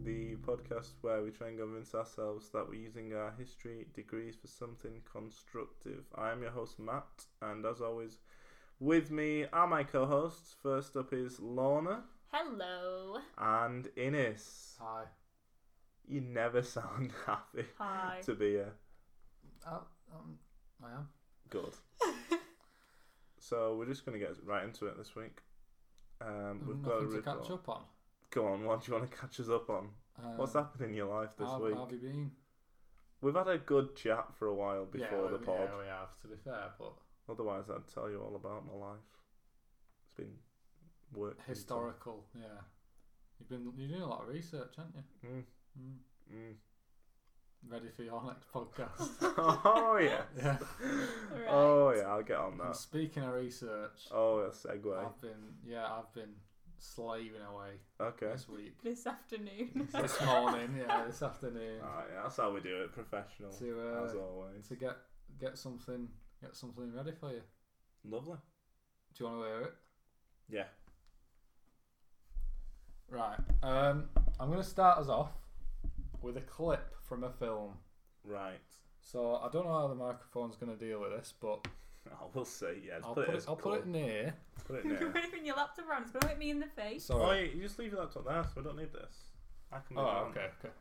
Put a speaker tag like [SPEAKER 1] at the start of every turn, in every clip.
[SPEAKER 1] podcast where we try and convince ourselves that we're using our history degrees for something constructive. I am your host, Matt, and as always, with me are my co hosts. First up is Lorna
[SPEAKER 2] Hello.
[SPEAKER 1] and Innes.
[SPEAKER 3] Hi.
[SPEAKER 1] You never sound happy
[SPEAKER 2] Hi.
[SPEAKER 1] to be uh, here.
[SPEAKER 3] Oh, um, I am.
[SPEAKER 1] Good. so we're just going to get right into it this week. Um, we've got a
[SPEAKER 3] Nothing to
[SPEAKER 1] report.
[SPEAKER 3] catch up on.
[SPEAKER 1] Go on, what do you want to catch us up on?
[SPEAKER 3] Um,
[SPEAKER 1] What's happened in your life this
[SPEAKER 3] how,
[SPEAKER 1] week?
[SPEAKER 3] How have you been?
[SPEAKER 1] We've had a good chat for a while before
[SPEAKER 3] yeah,
[SPEAKER 1] the pod.
[SPEAKER 3] Yeah, we have, to be fair, but
[SPEAKER 1] Otherwise, I'd tell you all about my life. It's been work. and
[SPEAKER 3] historical, yeah. You've been you're doing a lot of research, haven't you?
[SPEAKER 1] stuff. Mm,
[SPEAKER 3] Mm.
[SPEAKER 1] mm.
[SPEAKER 3] Ready for your next podcast.
[SPEAKER 1] oh yeah.
[SPEAKER 3] yeah.
[SPEAKER 2] Right.
[SPEAKER 1] Oh yeah. I'll get on
[SPEAKER 3] And
[SPEAKER 1] that.
[SPEAKER 3] speaking of research,
[SPEAKER 1] Oh, a segue.
[SPEAKER 3] I've been yeah, I've been slaving away
[SPEAKER 1] Okay.
[SPEAKER 3] this week.
[SPEAKER 2] This afternoon.
[SPEAKER 3] this morning, yeah, this afternoon.
[SPEAKER 1] Ah, yeah, that's how we do it, professional,
[SPEAKER 3] to uh,
[SPEAKER 1] as always.
[SPEAKER 3] to get get something get something ready for you.
[SPEAKER 1] Lovely.
[SPEAKER 3] Do you want to hear it?
[SPEAKER 1] Yeah.
[SPEAKER 3] Right. Um, I'm going to start us off with a clip from a film.
[SPEAKER 1] Right.
[SPEAKER 3] So I don't know how the microphone's going to deal with this, but
[SPEAKER 1] I will say yeah. Just
[SPEAKER 3] I'll
[SPEAKER 1] put,
[SPEAKER 3] put
[SPEAKER 1] it.
[SPEAKER 3] it.
[SPEAKER 1] as
[SPEAKER 3] I'll put it
[SPEAKER 1] cool.
[SPEAKER 3] in here.
[SPEAKER 1] Put it in
[SPEAKER 2] You're
[SPEAKER 1] there.
[SPEAKER 2] waving your laptop around. It's going to hit me in the face.
[SPEAKER 1] Oh,
[SPEAKER 3] Sorry.
[SPEAKER 1] yeah, you just leave your laptop there, so I don't need this. I can.
[SPEAKER 3] Oh,
[SPEAKER 1] Move it on.
[SPEAKER 3] okay, okay.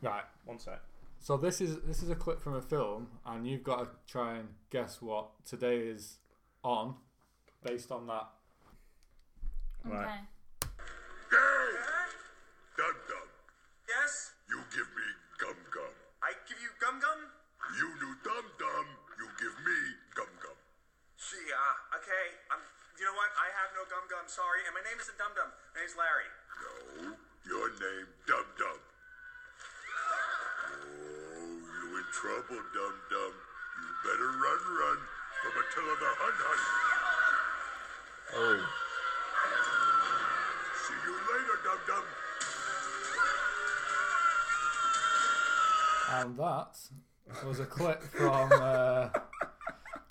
[SPEAKER 3] Right.
[SPEAKER 1] One sec.
[SPEAKER 3] So this is this is a clip from a film, and you've got to try and guess what today is on, based on that.
[SPEAKER 1] Right.
[SPEAKER 4] Hey! Dum Dum,
[SPEAKER 5] Yes?
[SPEAKER 4] you give me gum gum.
[SPEAKER 5] I give you gum gum?
[SPEAKER 4] You do Dum Dum, you give me gum gum.
[SPEAKER 5] Gee, uh, okay. I'm, you know what? I have no gum gum, sorry. And my name isn't Dum Dum. My name's Larry.
[SPEAKER 4] No, your name Dum Dum. Oh, you in trouble, Dum Dum. You better run, run from Attila the Hun Hun.
[SPEAKER 1] Oh.
[SPEAKER 4] See you later, Dum Dum.
[SPEAKER 3] And that was a clip from uh,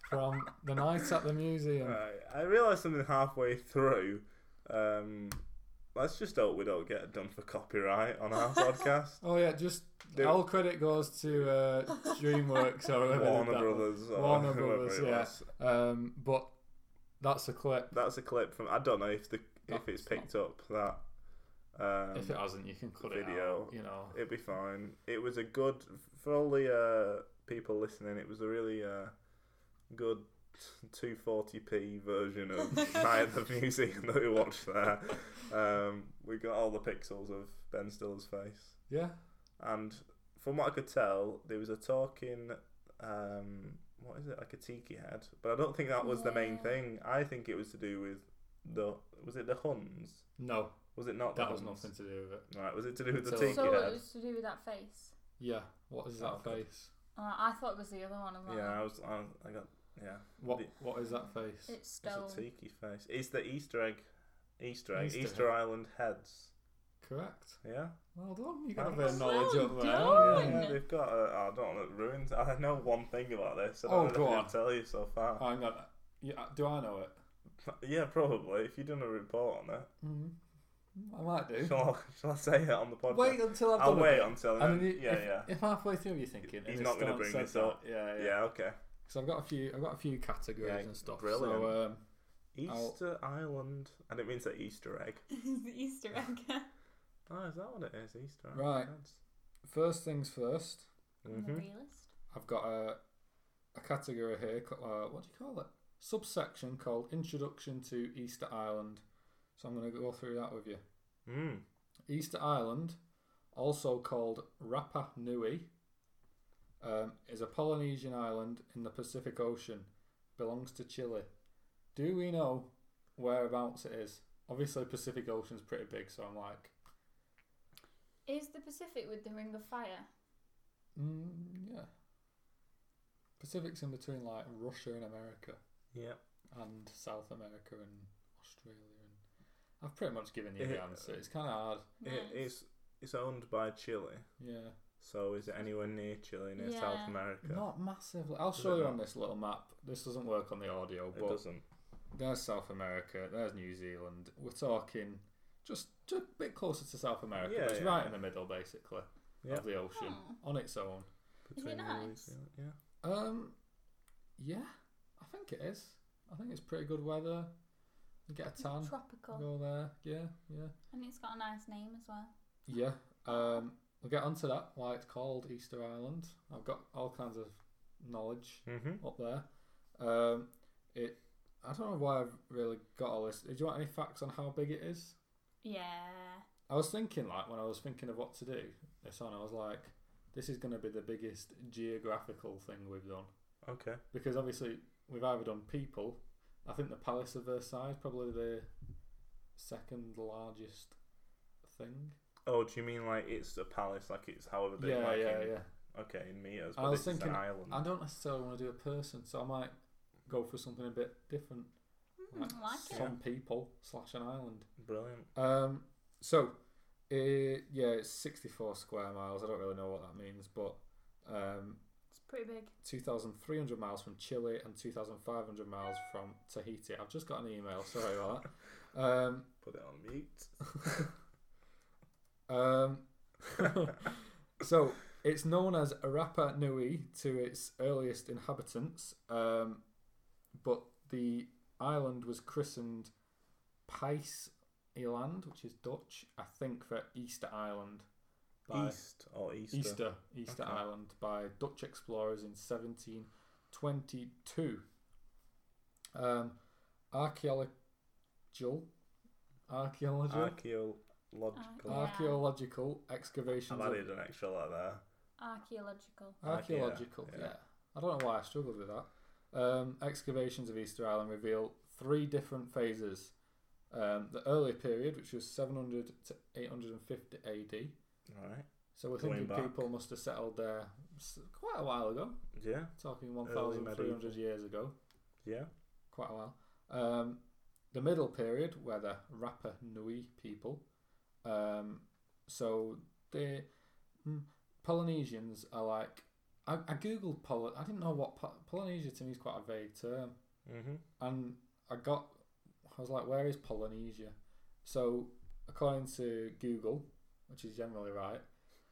[SPEAKER 3] from the night at the museum.
[SPEAKER 1] Right, I realised something halfway through. Um, let's just hope we don't get done for copyright on our podcast.
[SPEAKER 3] Oh yeah, just
[SPEAKER 1] Do-
[SPEAKER 3] all credit goes to uh, DreamWorks or whoever did
[SPEAKER 1] Warner
[SPEAKER 3] that.
[SPEAKER 1] Brothers. or
[SPEAKER 3] Warner
[SPEAKER 1] whoever
[SPEAKER 3] Brothers,
[SPEAKER 1] it
[SPEAKER 3] yeah.
[SPEAKER 1] was.
[SPEAKER 3] Um, but that's a clip.
[SPEAKER 1] That's a clip from. I don't know if the if it's
[SPEAKER 3] That's
[SPEAKER 1] picked up that. Um,
[SPEAKER 3] If it hasn't, you can cut
[SPEAKER 1] video.
[SPEAKER 3] it out. You know,
[SPEAKER 1] it'd be fine. It was a good for all the uh, people listening. It was a really uh, good 240p version of Night at the Museum that we watched there. Um, we got all the pixels of Ben Stiller's face.
[SPEAKER 3] yeah.
[SPEAKER 1] and from what I could tell, there was a talking, um, what is it, like a tiki head? But I don't think that was the main
[SPEAKER 2] Yeah.
[SPEAKER 1] thing. I think it was to do with the was it the Huns?
[SPEAKER 3] No,
[SPEAKER 1] Was it not?
[SPEAKER 3] that
[SPEAKER 1] the
[SPEAKER 3] was
[SPEAKER 1] Huns?
[SPEAKER 3] nothing to do with it.
[SPEAKER 1] Right, was it to do with the
[SPEAKER 3] So-
[SPEAKER 1] tiki
[SPEAKER 2] So
[SPEAKER 1] head?
[SPEAKER 2] it was to do with that face.
[SPEAKER 3] Yeah. What is that
[SPEAKER 1] Oh, okay.
[SPEAKER 3] face?
[SPEAKER 2] Uh, I thought it was the other one. I'm like,
[SPEAKER 1] Yeah, I was. I, I got. Yeah,
[SPEAKER 3] What
[SPEAKER 1] The-
[SPEAKER 3] What is that face?
[SPEAKER 2] It's stone.
[SPEAKER 1] it's a tiki face. It's the Easter egg, Easter egg,
[SPEAKER 3] Easter
[SPEAKER 1] Easter,
[SPEAKER 3] egg.
[SPEAKER 1] Island heads.
[SPEAKER 3] Correct.
[SPEAKER 1] Yeah,
[SPEAKER 3] Well done. You got a bit
[SPEAKER 1] Thanks.
[SPEAKER 3] of knowledge
[SPEAKER 2] Well
[SPEAKER 3] up there.
[SPEAKER 2] done.
[SPEAKER 3] haven't you?
[SPEAKER 1] yeah. They've got. A, I don't know. Ruins. I know one thing about this. I
[SPEAKER 3] Oh,
[SPEAKER 1] don't know
[SPEAKER 3] go
[SPEAKER 1] if I
[SPEAKER 3] on.
[SPEAKER 1] can tell you so far.
[SPEAKER 3] Hang on. Yeah, do I know it?
[SPEAKER 1] yeah, probably. If you've done a report on it.
[SPEAKER 3] Mm-hmm. I might do.
[SPEAKER 1] Shall I, shall I say it on the podcast?
[SPEAKER 3] Wait until I've done
[SPEAKER 1] I'll
[SPEAKER 3] a
[SPEAKER 1] wait
[SPEAKER 3] bit.
[SPEAKER 1] until
[SPEAKER 3] And then
[SPEAKER 1] then.
[SPEAKER 3] you,
[SPEAKER 1] Yeah,
[SPEAKER 3] if,
[SPEAKER 1] yeah.
[SPEAKER 3] If halfway through you're thinking,
[SPEAKER 1] He's
[SPEAKER 3] and
[SPEAKER 1] not
[SPEAKER 3] going
[SPEAKER 1] gonna
[SPEAKER 3] to
[SPEAKER 1] bring this up.
[SPEAKER 3] Yeah, yeah.
[SPEAKER 1] Yeah, okay.
[SPEAKER 3] Because I've got a few, I've got a few categories
[SPEAKER 1] Yeah,
[SPEAKER 3] and stuff.
[SPEAKER 1] brilliant.
[SPEAKER 3] So um,
[SPEAKER 1] Easter Island. I didn't mean to say Easter egg.
[SPEAKER 2] the Easter egg.
[SPEAKER 1] Oh, is that what it is? Easter egg.
[SPEAKER 3] Right. first things first,
[SPEAKER 2] I'm
[SPEAKER 1] Mm-hmm.
[SPEAKER 2] the realist.
[SPEAKER 3] I've got a a category here. ca- Uh, what do you call it? Subsection called Introduction to Easter Island. So I'm going to go through that with you.
[SPEAKER 1] Mm.
[SPEAKER 3] Easter Island, also called Rapa Nui, um, is a Polynesian island in the Pacific Ocean. Belongs to Chile. Do we know whereabouts it is? Obviously, Pacific Ocean's pretty big, so I'm like,
[SPEAKER 2] Is the Pacific with the Ring of Fire?
[SPEAKER 3] mm, yeah. Pacific's in between like Russia and America,
[SPEAKER 1] Yeah.
[SPEAKER 3] and South America and Australia. And I've pretty much given you the
[SPEAKER 1] Yeah.
[SPEAKER 3] answer. It's kind of hard.
[SPEAKER 2] Nice.
[SPEAKER 1] It is. It's owned by Chile.
[SPEAKER 3] Yeah.
[SPEAKER 1] So is it anywhere near Chile, near
[SPEAKER 2] Yeah.
[SPEAKER 1] South America?
[SPEAKER 3] Not massively. I'll
[SPEAKER 1] Is
[SPEAKER 3] show
[SPEAKER 1] it
[SPEAKER 3] you
[SPEAKER 1] not?
[SPEAKER 3] on this little map. This doesn't work on the audio,
[SPEAKER 1] it
[SPEAKER 3] but
[SPEAKER 1] doesn't.
[SPEAKER 3] there's South America, there's New Zealand. We're talking just a bit closer to South America.
[SPEAKER 1] Yeah,
[SPEAKER 3] but it's
[SPEAKER 1] yeah,
[SPEAKER 3] right
[SPEAKER 1] yeah.
[SPEAKER 3] in the middle, basically,
[SPEAKER 1] Yeah.
[SPEAKER 3] of the
[SPEAKER 2] Oh.
[SPEAKER 3] ocean on its own.
[SPEAKER 2] Is it
[SPEAKER 1] Between
[SPEAKER 2] nice?
[SPEAKER 1] these, Yeah.
[SPEAKER 3] Um, yeah, I think it is. I think it's pretty good weather. You get a tan,
[SPEAKER 2] Tropical.
[SPEAKER 3] go there. Yeah, yeah,
[SPEAKER 2] And it's got a nice name as well.
[SPEAKER 3] yeah. Um, we'll get onto that. Why it's called Easter Island. I've got all kinds of knowledge
[SPEAKER 1] yeah. Mm-hmm.
[SPEAKER 3] up there. Um, it. I don't know why I've really got all this. Do you want any facts on how big it is?
[SPEAKER 2] Yeah.
[SPEAKER 3] I was thinking, like, when I was thinking of what to do this on, I was like, this is going to be the biggest geographical thing we've done.
[SPEAKER 1] Okay.
[SPEAKER 3] Because obviously, we've either done people, I think the Palace of Versailles, probably the second largest thing.
[SPEAKER 1] Oh, do you mean like it's a palace, like it's however big?
[SPEAKER 3] yeah,
[SPEAKER 1] like
[SPEAKER 3] yeah,
[SPEAKER 1] in,
[SPEAKER 3] yeah.
[SPEAKER 1] Okay, in meters,
[SPEAKER 3] I
[SPEAKER 1] but
[SPEAKER 3] was
[SPEAKER 1] it's
[SPEAKER 3] thinking-
[SPEAKER 1] an island.
[SPEAKER 3] I don't necessarily want to do a person, so I might go for something a bit different.
[SPEAKER 2] Mm, I like it.
[SPEAKER 3] some people slash an island.
[SPEAKER 1] Brilliant.
[SPEAKER 3] Um, so, it, yeah, it's 64 square miles. I don't really know what that means, but um,
[SPEAKER 2] It's pretty big.
[SPEAKER 3] 2,300 miles from Chile and 2,500 miles from Tahiti. I've just got an email, sorry about that. Um,
[SPEAKER 1] Put it on mute.
[SPEAKER 3] um, so it's known as Rapa Nui to its earliest inhabitants, um, but the island was christened Pais Eland, which is Dutch, I think, for Easter Island. by-
[SPEAKER 1] East or Oh, Easter.
[SPEAKER 3] Easter, Easter
[SPEAKER 1] Okay.
[SPEAKER 3] Island by Dutch explorers in 1722. Um, archaeological, archaeological,
[SPEAKER 1] Archaeological.
[SPEAKER 2] Archae-
[SPEAKER 3] archaeological excavations.
[SPEAKER 1] I've
[SPEAKER 3] of-
[SPEAKER 1] added an extra lot there.
[SPEAKER 2] Archaeological.
[SPEAKER 3] archaeological,
[SPEAKER 1] Archaea,
[SPEAKER 3] yeah.
[SPEAKER 1] yeah.
[SPEAKER 3] I don't know why I struggled with that. Um, excavations of Easter Island reveal three different phases. Um, the earlier period, which was 700 to 850 AD.
[SPEAKER 1] All right.
[SPEAKER 3] So we're
[SPEAKER 1] Going
[SPEAKER 3] thinking
[SPEAKER 1] back.
[SPEAKER 3] people must have settled there s- quite a while ago.
[SPEAKER 1] Yeah.
[SPEAKER 3] talking
[SPEAKER 1] Early medieval.
[SPEAKER 3] 1,300 years ago,
[SPEAKER 1] Yeah.
[SPEAKER 3] quite a while. Um, the middle period, where the Rapa Nui people, um, so the mm, Polynesians are like. I, I googled Poly. I didn't know what po- Polynesia to me is quite a vague term,
[SPEAKER 1] Mm-hmm.
[SPEAKER 3] and I got. I was like, where is Polynesia? So according to Google, which is generally right,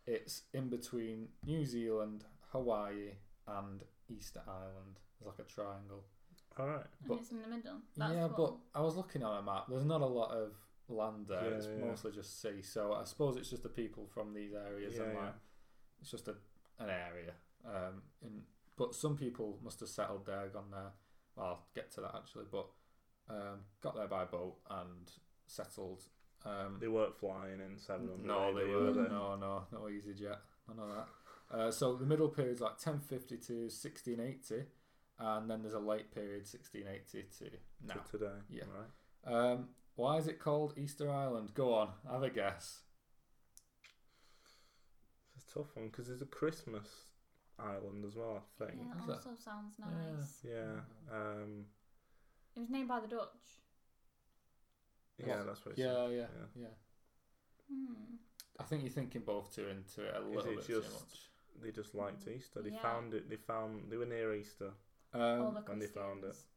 [SPEAKER 3] it's in between New Zealand, Hawaii, and Easter Island. It's like a triangle.
[SPEAKER 1] All right.
[SPEAKER 3] But-
[SPEAKER 2] and it's in the middle. That's
[SPEAKER 3] yeah,
[SPEAKER 2] cool.
[SPEAKER 3] but I was looking on a map. There's not a lot of land there.
[SPEAKER 1] Yeah,
[SPEAKER 3] it's
[SPEAKER 1] yeah.
[SPEAKER 3] mostly just sea. So I suppose it's just the people from these areas
[SPEAKER 1] Yeah,
[SPEAKER 3] and
[SPEAKER 1] yeah.
[SPEAKER 3] like it's just a, an area. Um, in, but some people must have settled there, gone there. Well, I'll get to that actually, but um, got there by boat and settled. Um,
[SPEAKER 1] They weren't flying in 700.
[SPEAKER 3] no, they
[SPEAKER 1] AD,
[SPEAKER 3] were
[SPEAKER 1] they?
[SPEAKER 3] no, no, no EasyJet, none of that. Uh, so the middle period's like 1050 to 1680, and then there's a late period 1680 to now.
[SPEAKER 1] To today.
[SPEAKER 3] Yeah.
[SPEAKER 1] All right.
[SPEAKER 3] Um, why is it called Easter Island? Go on, have a guess.
[SPEAKER 1] It's a tough one because there's a Christmas island as well, I think.
[SPEAKER 2] yeah,
[SPEAKER 3] Is
[SPEAKER 2] that
[SPEAKER 3] that-
[SPEAKER 2] also sounds
[SPEAKER 3] Yeah.
[SPEAKER 2] nice.
[SPEAKER 1] Yeah. Um,
[SPEAKER 2] It was named by the Dutch.
[SPEAKER 1] yeah,
[SPEAKER 3] What?
[SPEAKER 1] that's what it's
[SPEAKER 3] Yeah, yeah, yeah,
[SPEAKER 1] yeah.
[SPEAKER 2] Hmm.
[SPEAKER 3] I think you're thinking both two into it a little
[SPEAKER 1] it just-
[SPEAKER 3] bit too much.
[SPEAKER 1] They just liked Easter. They
[SPEAKER 2] Yeah.
[SPEAKER 1] found it. They found they were near Easter.
[SPEAKER 2] All
[SPEAKER 3] Um,
[SPEAKER 2] the
[SPEAKER 1] when they found it.
[SPEAKER 2] Christians.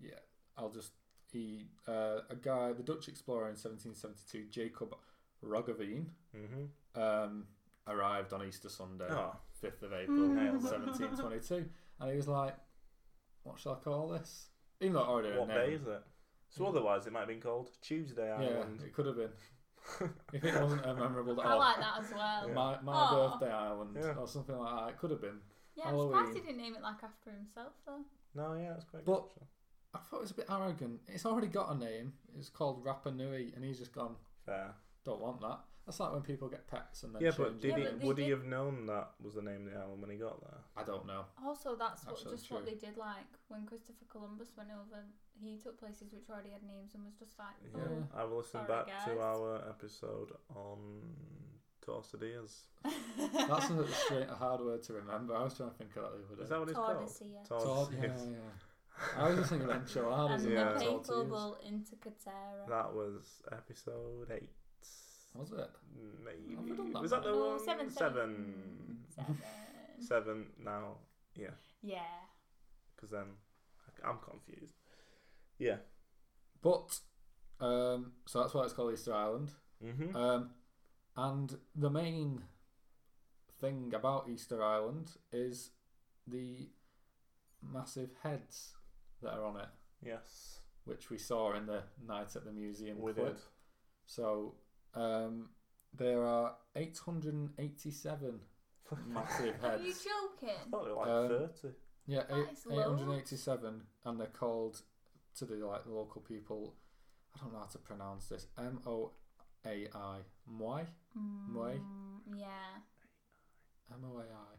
[SPEAKER 3] Yeah, I'll just he uh, a guy, the Dutch explorer in 1772, Jacob Roggeveen,
[SPEAKER 1] Mm-hmm.
[SPEAKER 3] um, arrived on Easter Sunday.
[SPEAKER 1] Oh,
[SPEAKER 3] 5th of April,
[SPEAKER 1] Nailed it.
[SPEAKER 3] 1722. And he was like, what shall I call this? Even though I already had a
[SPEAKER 1] what
[SPEAKER 3] name.
[SPEAKER 1] day is it? So otherwise, it might have been called Tuesday
[SPEAKER 3] Mm-hmm. Yeah,
[SPEAKER 1] Island.
[SPEAKER 3] it could have been. If it wasn't a memorable day. Oh,
[SPEAKER 2] I like that as well. Yeah,
[SPEAKER 3] My, my
[SPEAKER 2] Aw.
[SPEAKER 3] birthday island
[SPEAKER 1] Yeah.
[SPEAKER 3] or something like that. It could have been.
[SPEAKER 2] I'm surprised he
[SPEAKER 3] Halloween.
[SPEAKER 2] didn't name it like after himself though.
[SPEAKER 1] No, yeah, that's quite good.
[SPEAKER 3] But-
[SPEAKER 1] actually.
[SPEAKER 3] I thought it was a bit arrogant. It's already got a name. It's called Rapa Nui, and he's just gone.
[SPEAKER 1] Fair.
[SPEAKER 3] Don't want that. That's like when people get pets and then
[SPEAKER 1] Yeah,
[SPEAKER 3] change
[SPEAKER 1] but did
[SPEAKER 3] it.
[SPEAKER 1] he,
[SPEAKER 2] Yeah, but they
[SPEAKER 1] would he
[SPEAKER 2] did-
[SPEAKER 1] have known that was the name of the island when he got there?
[SPEAKER 3] I don't know.
[SPEAKER 2] Also, that's what,
[SPEAKER 3] Absolutely
[SPEAKER 2] just what
[SPEAKER 3] true.
[SPEAKER 2] they did. Like when Christopher Columbus went over, he took places which already had names and was just like,
[SPEAKER 1] Yeah,
[SPEAKER 2] oh.
[SPEAKER 1] I've listened
[SPEAKER 2] sorry,
[SPEAKER 1] back to
[SPEAKER 2] guys.
[SPEAKER 1] our episode on Torsadillas.
[SPEAKER 2] "Oh."
[SPEAKER 3] That's a, straight, a hard word to remember. I was trying to think of that the other day.
[SPEAKER 1] Is that what it's called?
[SPEAKER 2] Tordesillas.
[SPEAKER 3] Tord- yeah,
[SPEAKER 1] Torsadillas.
[SPEAKER 3] yeah. I was just thinking of
[SPEAKER 2] And
[SPEAKER 3] enchiladas. and
[SPEAKER 1] Yeah.
[SPEAKER 2] the
[SPEAKER 3] tortillas.
[SPEAKER 2] people will into Katera.
[SPEAKER 1] That was episode eight.
[SPEAKER 3] Was it? Have we
[SPEAKER 1] Maybe
[SPEAKER 3] done that
[SPEAKER 1] was that the
[SPEAKER 2] no,
[SPEAKER 1] one?
[SPEAKER 2] Oh, seven,
[SPEAKER 1] seven.
[SPEAKER 2] seven. Seven.
[SPEAKER 1] Seven now. Yeah,
[SPEAKER 2] Yeah.
[SPEAKER 1] because then I- I'm confused. Yeah.
[SPEAKER 3] But um, so that's why it's called Easter Island.
[SPEAKER 1] Mm-hmm.
[SPEAKER 3] Um, and the main thing about Easter Island is the massive heads that are on it,
[SPEAKER 1] Yes.
[SPEAKER 3] which we saw in the Night at the Museum
[SPEAKER 1] We
[SPEAKER 3] clip.
[SPEAKER 1] did.
[SPEAKER 3] So um, there are 887 massive
[SPEAKER 2] Are you
[SPEAKER 3] heads.
[SPEAKER 2] joking?
[SPEAKER 1] thought they were like
[SPEAKER 3] Um,
[SPEAKER 1] 30.
[SPEAKER 3] Yeah,
[SPEAKER 2] That
[SPEAKER 3] eight,
[SPEAKER 2] is loads.
[SPEAKER 3] 887, and they're called to the like the local people. I don't know how to pronounce this. M O A I, moi, moi,
[SPEAKER 2] Mm, yeah.
[SPEAKER 3] M O A I.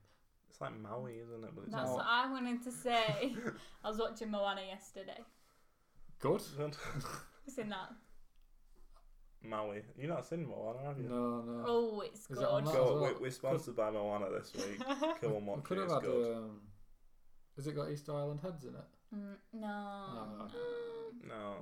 [SPEAKER 1] It's like Maui, isn't it? But it's
[SPEAKER 2] That's
[SPEAKER 3] No.
[SPEAKER 2] what I wanted to say. I was watching Moana yesterday.
[SPEAKER 3] Good.
[SPEAKER 1] not.
[SPEAKER 2] It's in that.
[SPEAKER 1] Maui. You've not seen Moana, have you?
[SPEAKER 3] No, no.
[SPEAKER 2] Oh, it's
[SPEAKER 3] Is
[SPEAKER 2] good.
[SPEAKER 3] it on that?
[SPEAKER 1] Go,
[SPEAKER 3] As well.
[SPEAKER 1] we, we're sponsored by Moana this week. Come and
[SPEAKER 3] We
[SPEAKER 1] watch it.
[SPEAKER 3] could have
[SPEAKER 1] It's
[SPEAKER 3] had.
[SPEAKER 1] good.
[SPEAKER 3] Um, has it got Easter Island heads in it?
[SPEAKER 2] Mm, no.
[SPEAKER 3] Oh, okay.
[SPEAKER 2] no.
[SPEAKER 1] No.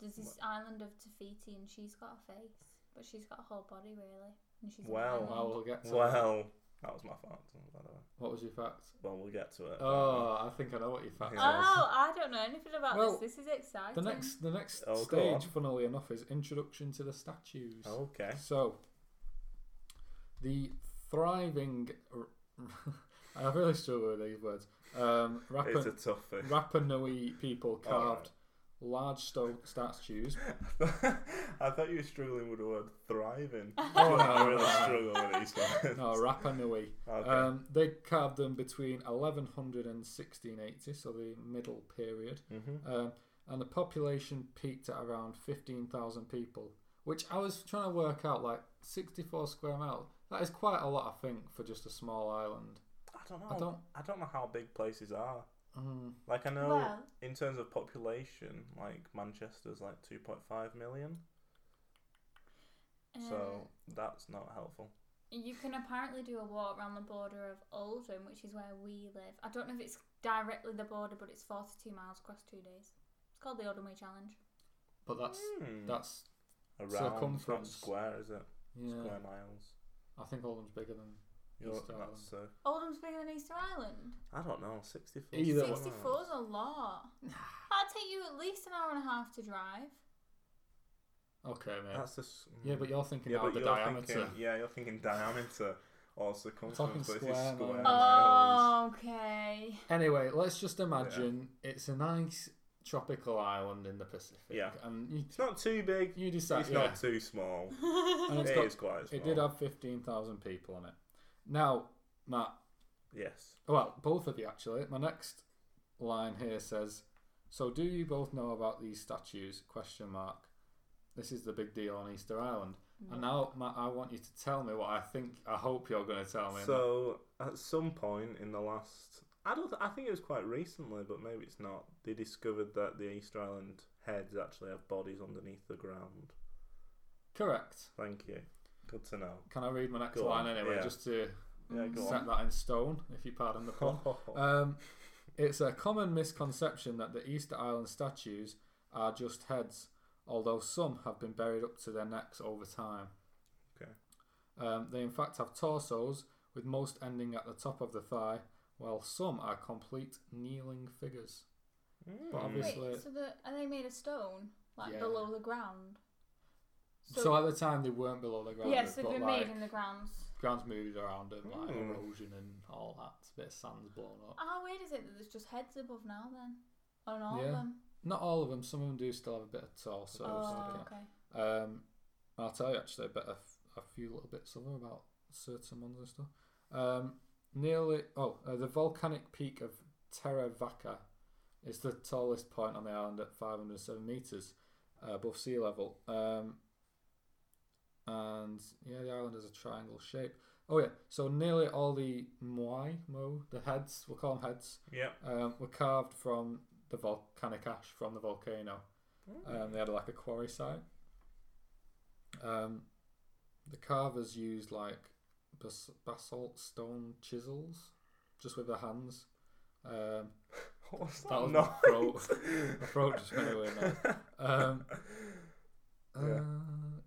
[SPEAKER 2] There's this island of Tafiti, and she's got a face, but she's got a whole body really, and she's
[SPEAKER 1] Well.
[SPEAKER 2] an
[SPEAKER 3] Well,
[SPEAKER 2] island.
[SPEAKER 3] we'll get to that.
[SPEAKER 1] Oh. Well, that was my fact. By the way.
[SPEAKER 3] What was your fact?
[SPEAKER 1] Well, we'll get to it.
[SPEAKER 3] Oh, I think I know what your fact
[SPEAKER 1] Yeah.
[SPEAKER 3] was.
[SPEAKER 2] Oh, I don't know anything about
[SPEAKER 3] Well,
[SPEAKER 2] this. This is exciting.
[SPEAKER 3] The next, the next
[SPEAKER 1] Oh, go on. Oh,
[SPEAKER 3] stage, funnily enough, is introduction to the statues.
[SPEAKER 1] Okay.
[SPEAKER 3] So, the thriving. I really struggle with these words. Um,
[SPEAKER 1] It's a
[SPEAKER 3] Rapa,
[SPEAKER 1] toughie.
[SPEAKER 3] Rapa Nui people
[SPEAKER 1] Alright.
[SPEAKER 3] carved large stone statues.
[SPEAKER 1] I thought you were struggling with the word thriving.
[SPEAKER 3] Oh,
[SPEAKER 1] I
[SPEAKER 3] no,
[SPEAKER 1] really
[SPEAKER 3] no.
[SPEAKER 1] struggle with these words.
[SPEAKER 3] No, Rapa Nui.
[SPEAKER 1] Okay.
[SPEAKER 3] Um, they carved them between 1100 and 1680, so the middle period.
[SPEAKER 1] Mm-hmm.
[SPEAKER 3] Um, and the population peaked at around 15,000 people, which I was trying to work out like 64 square miles. That is quite a lot, I think, for just a small island.
[SPEAKER 1] I don't know.
[SPEAKER 3] I don't-
[SPEAKER 1] I don't know how big places are.
[SPEAKER 3] Mm,
[SPEAKER 1] Like I know
[SPEAKER 2] Well-
[SPEAKER 1] in terms of population, like Manchester's like 2.5 million.
[SPEAKER 2] Um,
[SPEAKER 1] So that's not helpful.
[SPEAKER 2] you can apparently do a walk around the border of Oldham, which is where we live. I don't know if it's directly the border, but it's 42 miles across two days. It's called the Oldham Way Challenge.
[SPEAKER 3] but that's
[SPEAKER 1] Hmm.
[SPEAKER 3] that's
[SPEAKER 1] Around not
[SPEAKER 3] circumference.
[SPEAKER 1] square, is it?
[SPEAKER 3] yeah.
[SPEAKER 1] Square miles.
[SPEAKER 3] I think Oldham's bigger than
[SPEAKER 1] You're,
[SPEAKER 3] Easter
[SPEAKER 1] that's uh,
[SPEAKER 2] Oldham's bigger than Easter Island.
[SPEAKER 1] I don't know. 64.
[SPEAKER 3] Either one.
[SPEAKER 2] 64 is a lot. That'd take you at least an hour and a half to drive.
[SPEAKER 3] okay, mate.
[SPEAKER 1] That's just.
[SPEAKER 3] yeah, but you're thinking
[SPEAKER 1] yeah,
[SPEAKER 3] about
[SPEAKER 1] but
[SPEAKER 3] the
[SPEAKER 1] you're
[SPEAKER 3] diameter.
[SPEAKER 1] Thinking, yeah, you're thinking diameter or circumference. But it's
[SPEAKER 3] square
[SPEAKER 1] square
[SPEAKER 3] miles.
[SPEAKER 1] miles.
[SPEAKER 2] Oh, okay.
[SPEAKER 3] Anyway, let's just imagine it's a nice tropical island in the Pacific.
[SPEAKER 1] Yeah.
[SPEAKER 3] and you,
[SPEAKER 1] It's not too big.
[SPEAKER 3] you decide.
[SPEAKER 1] It's
[SPEAKER 3] yeah.
[SPEAKER 1] not too small.
[SPEAKER 3] and
[SPEAKER 1] It
[SPEAKER 3] it's
[SPEAKER 1] is
[SPEAKER 3] got-
[SPEAKER 1] quite small.
[SPEAKER 3] It did have 15,000 people on it. Now, Matt,
[SPEAKER 1] Yes.
[SPEAKER 3] well, both of you actually, my next line here says, So do you both know about these statues? Question mark. This is the big deal on Easter Island. And now, Matt, I want you to tell me what I think, I hope you're going to tell me.
[SPEAKER 1] So at some point in the last, I don't, I think it was quite recently, but maybe it's not. They discovered that the Easter Island heads actually have bodies underneath the ground.
[SPEAKER 3] Correct.
[SPEAKER 1] Thank you. Good to know.
[SPEAKER 3] Can I read my next
[SPEAKER 1] Go on,
[SPEAKER 3] line anyway,
[SPEAKER 1] yeah.
[SPEAKER 3] just to
[SPEAKER 1] Yeah, go
[SPEAKER 3] set
[SPEAKER 1] on.
[SPEAKER 3] that in stone, if you pardon the pun? Um, it's a common misconception that the Easter Island statues are just heads, although some have been buried up to their necks over time.
[SPEAKER 1] Okay.
[SPEAKER 3] Um, they in fact have torsos, with most ending at the top of the thigh, while some are complete kneeling figures.
[SPEAKER 1] Mm.
[SPEAKER 3] But
[SPEAKER 2] Wait,
[SPEAKER 3] obviously,
[SPEAKER 2] so the, are they made of stone? Like
[SPEAKER 3] Yeah.
[SPEAKER 2] below the ground?
[SPEAKER 3] so, at the time they weren't below the ground.
[SPEAKER 2] yes, they've
[SPEAKER 3] but
[SPEAKER 2] been
[SPEAKER 3] like,
[SPEAKER 2] made in the grounds.
[SPEAKER 3] ground's moved around and like
[SPEAKER 1] Hmm.
[SPEAKER 3] erosion and all that. bit of sand's blown up.
[SPEAKER 2] How weird Oh, is it that there's just heads above now then? On all
[SPEAKER 3] Yeah.
[SPEAKER 2] of them?
[SPEAKER 3] Not all of them. Some of them do still have a bit of torso.
[SPEAKER 2] Oh,
[SPEAKER 3] sticking out.
[SPEAKER 2] okay.
[SPEAKER 3] Um, I'll tell you actually a bit of a few little bits of them about certain ones and stuff. Um, nearly oh, uh, the volcanic peak of Terra Vaca is the tallest point on the island at 507 meters uh, above sea level. Um, and yeah, the island is a triangle shape. Oh yeah, so nearly all the moi mo the heads we'll call them heads
[SPEAKER 1] Yeah.
[SPEAKER 3] um, were carved from the volcanic ash from the volcano. Um, they had like a quarry site. Um, the carvers used like bas- basalt stone chisels, just with their hands. Um,
[SPEAKER 1] What was that?
[SPEAKER 3] that was
[SPEAKER 1] noise?
[SPEAKER 3] my throat. my throat just went away now. Um, uh,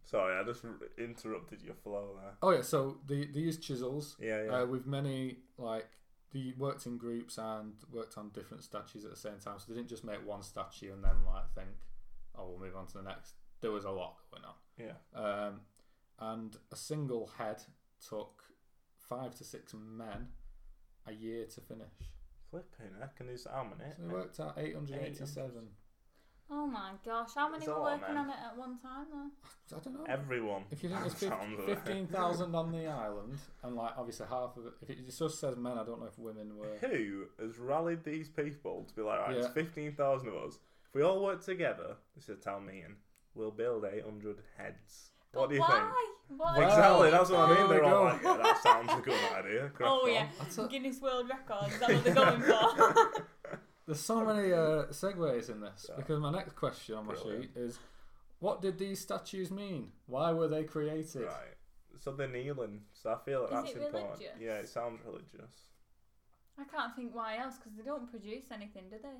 [SPEAKER 1] Sorry, I just r- interrupted your flow there.
[SPEAKER 3] oh yeah, so they, they used chisels.
[SPEAKER 1] Yeah, yeah.
[SPEAKER 3] Uh, with many like they worked in groups and worked on different statues at the same time, so they didn't just make one statue and then like think, oh, we'll move on to the next. There was a lot going on.
[SPEAKER 1] yeah.
[SPEAKER 3] Um, and a single head took five to six men a year to finish.
[SPEAKER 1] Flipping heck, and there's how many?
[SPEAKER 3] So it worked out 887.
[SPEAKER 2] Oh my gosh, how many
[SPEAKER 1] It's a
[SPEAKER 2] were
[SPEAKER 1] lot,
[SPEAKER 2] working
[SPEAKER 1] man.
[SPEAKER 2] on it at one time though?
[SPEAKER 3] I don't know.
[SPEAKER 1] Everyone.
[SPEAKER 3] If you think there's
[SPEAKER 1] Sounds
[SPEAKER 3] fif-
[SPEAKER 1] like-
[SPEAKER 3] 15,000 on the island, and like obviously half of it, if it just says men, I don't know if women were.
[SPEAKER 1] Who has rallied these people to be like, right, it's
[SPEAKER 3] Yeah.
[SPEAKER 1] 15,000 of us. If we all work together, this is a town meeting, we'll build 800 heads. What do you think?
[SPEAKER 2] Why? What?
[SPEAKER 3] Well,
[SPEAKER 1] Exactly, that's what I mean.
[SPEAKER 3] there
[SPEAKER 1] They're
[SPEAKER 3] we
[SPEAKER 1] all
[SPEAKER 3] go.
[SPEAKER 1] like, yeah, that sounds a good idea. Crack
[SPEAKER 2] Oh
[SPEAKER 1] on.
[SPEAKER 2] yeah, Guinness World Records. Is that what they're going for?
[SPEAKER 3] There's so many uh, segues in this because my next question on my
[SPEAKER 1] Brilliant.
[SPEAKER 3] sheet is what did these statues mean? Why were they created?
[SPEAKER 1] Right. So they're kneeling, so I feel like
[SPEAKER 2] Is
[SPEAKER 1] that's
[SPEAKER 2] it
[SPEAKER 1] important.
[SPEAKER 2] religious?
[SPEAKER 1] Yeah, it sounds religious.
[SPEAKER 2] I can't think why else because they don't produce anything, do they?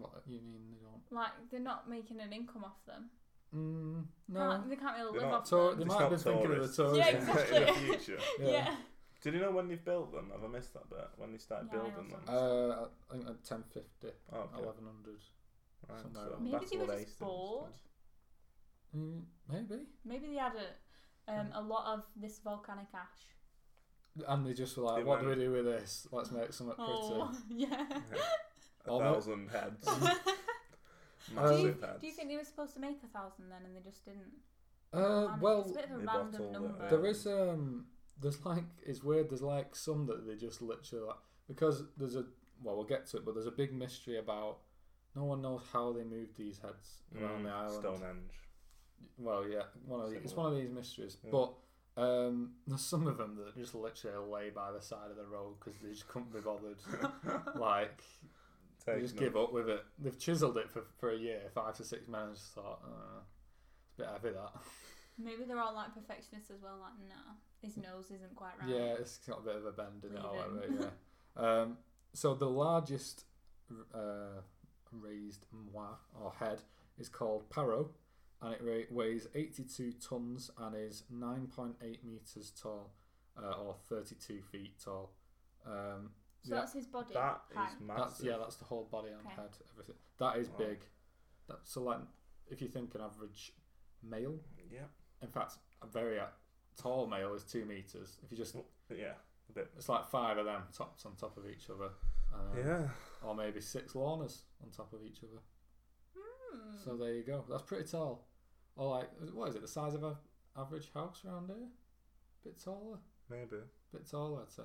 [SPEAKER 3] What you mean they don't?
[SPEAKER 2] Like they're not making an income off them.
[SPEAKER 3] Mm, no.
[SPEAKER 2] Can't, they can't really
[SPEAKER 1] They're
[SPEAKER 2] live
[SPEAKER 1] not
[SPEAKER 2] off
[SPEAKER 3] So
[SPEAKER 2] them.
[SPEAKER 3] they
[SPEAKER 1] It's
[SPEAKER 3] might have
[SPEAKER 1] not
[SPEAKER 3] been thinking of
[SPEAKER 1] tourists.
[SPEAKER 3] the tourists.
[SPEAKER 2] Yeah,
[SPEAKER 1] in the
[SPEAKER 2] exactly.
[SPEAKER 1] future.
[SPEAKER 3] Yeah.
[SPEAKER 2] yeah.
[SPEAKER 1] Did you know when you've built them? Have I missed that bit? When they started
[SPEAKER 2] Yeah, I
[SPEAKER 1] building
[SPEAKER 2] also
[SPEAKER 1] them?
[SPEAKER 2] missed
[SPEAKER 3] Uh, I think like 1050,
[SPEAKER 1] Oh, okay.
[SPEAKER 3] 1100.
[SPEAKER 1] Right,
[SPEAKER 3] somewhere
[SPEAKER 1] so
[SPEAKER 3] around.
[SPEAKER 2] Maybe
[SPEAKER 1] that's
[SPEAKER 2] they were
[SPEAKER 1] what
[SPEAKER 2] just
[SPEAKER 1] Aston was
[SPEAKER 2] bored.
[SPEAKER 1] doing.
[SPEAKER 3] Mm, maybe.
[SPEAKER 2] Maybe they had a, um, a lot of this volcanic ash.
[SPEAKER 3] And they just were like,
[SPEAKER 1] They
[SPEAKER 3] what
[SPEAKER 1] went-
[SPEAKER 3] do we do with this? Let's make something pretty.
[SPEAKER 2] Oh yeah.
[SPEAKER 1] A
[SPEAKER 3] Although-
[SPEAKER 1] thousand heads.
[SPEAKER 2] Do
[SPEAKER 3] Um,
[SPEAKER 2] you,
[SPEAKER 1] Massive heads.
[SPEAKER 2] do you think they were supposed to make a thousand then and they just didn't?
[SPEAKER 3] Uh,
[SPEAKER 2] Um,
[SPEAKER 3] well,
[SPEAKER 2] it's a bit of a
[SPEAKER 1] They
[SPEAKER 2] random
[SPEAKER 1] bottled it,
[SPEAKER 2] number.
[SPEAKER 1] yeah.
[SPEAKER 3] There is um, there's like it's weird. There's like some that they just literally like because there's a well we'll get to it, but there's a big mystery about no one knows how they moved these heads
[SPEAKER 1] Mm,
[SPEAKER 3] around the island.
[SPEAKER 1] Stonehenge.
[SPEAKER 3] Well, yeah, one of the, it's
[SPEAKER 1] Similar.
[SPEAKER 3] one of these mysteries, but. Um, there's some of them that just literally lay by the side of the road because they just couldn't be bothered. like they
[SPEAKER 1] Take
[SPEAKER 3] just
[SPEAKER 1] them.
[SPEAKER 3] give up with it. They've chiseled it for, for a year, five to six men, and just thought, uh, it's a bit heavy that.
[SPEAKER 2] Maybe they're all like perfectionists as well. Like, no, his nose isn't quite right.
[SPEAKER 3] Yeah, it's got a bit of a bend in it or
[SPEAKER 2] Leave it.
[SPEAKER 3] whatever. Yeah. um, so the largest uh, raised moi or head is called paro, and it ra- weighs 82 tons and is 9.8 meters tall, uh, or 32 feet tall. Um,
[SPEAKER 2] So
[SPEAKER 3] yeah,
[SPEAKER 2] that's his body.
[SPEAKER 1] That is
[SPEAKER 2] height.
[SPEAKER 1] massive.
[SPEAKER 3] that's yeah, that's the whole body and
[SPEAKER 2] Okay.
[SPEAKER 3] head, everything. That is
[SPEAKER 1] Wow.
[SPEAKER 3] big. That, so like, if you think an average male,
[SPEAKER 1] yeah.
[SPEAKER 3] in fact, a very uh, tall male is two meters. If you just
[SPEAKER 1] Yeah. A bit.
[SPEAKER 3] it's like five of them tops on top of each other. Um,
[SPEAKER 1] Yeah.
[SPEAKER 3] Or maybe six Lornas on top of each other.
[SPEAKER 2] Hmm.
[SPEAKER 3] So there you go. That's pretty tall. Or like, what is it? The size of a average house around here? Bit taller.
[SPEAKER 1] Maybe.
[SPEAKER 3] Bit taller, I'd say.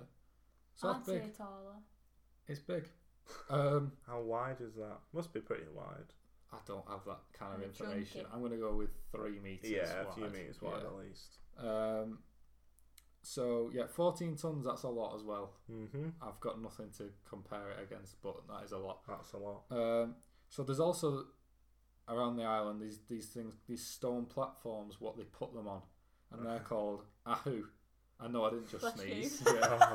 [SPEAKER 3] So
[SPEAKER 2] I'd
[SPEAKER 3] that's big.
[SPEAKER 2] say taller.
[SPEAKER 3] It's big. Um,
[SPEAKER 1] How wide is that? Must be pretty wide.
[SPEAKER 3] I don't have that kind of
[SPEAKER 2] Chunky.
[SPEAKER 3] information. I'm eh? going to go with three meters.
[SPEAKER 1] yeah,
[SPEAKER 3] wide.
[SPEAKER 1] a few meters wide at least.
[SPEAKER 3] Yeah. Um, so yeah, 14 tons. That's a lot as well.
[SPEAKER 1] Mm-hmm.
[SPEAKER 3] I've got nothing to compare it against, but that is a lot.
[SPEAKER 1] That's a lot.
[SPEAKER 3] Um, so there's also around the island these these things these stone platforms what they put them on, and they're called ahu. I know I didn't just
[SPEAKER 2] Bless
[SPEAKER 3] sneeze.
[SPEAKER 2] you.
[SPEAKER 3] Yeah.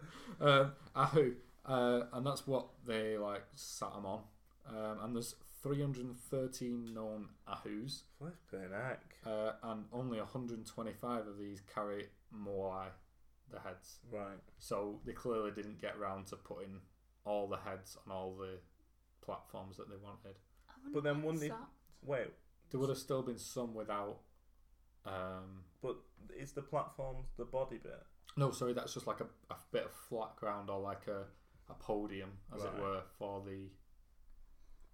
[SPEAKER 3] um, ahu, uh, and that's what they like sat them on. Um, and there's 313 known ahus,
[SPEAKER 1] Flipping heck.
[SPEAKER 3] uh, and only 125 of these carry moai, the heads.
[SPEAKER 1] Right.
[SPEAKER 3] So they clearly didn't get round to putting all the heads on all the platforms that they wanted.
[SPEAKER 2] I wonder
[SPEAKER 1] But then
[SPEAKER 2] why
[SPEAKER 1] one
[SPEAKER 2] it's
[SPEAKER 1] day-
[SPEAKER 2] that.
[SPEAKER 1] Wait,
[SPEAKER 3] There would have still been some without. Um,
[SPEAKER 1] but is the platform the body bit?
[SPEAKER 3] no, sorry, that's just like a, a bit of flat ground or like a, a podium, as
[SPEAKER 1] Right.
[SPEAKER 3] it were, for the.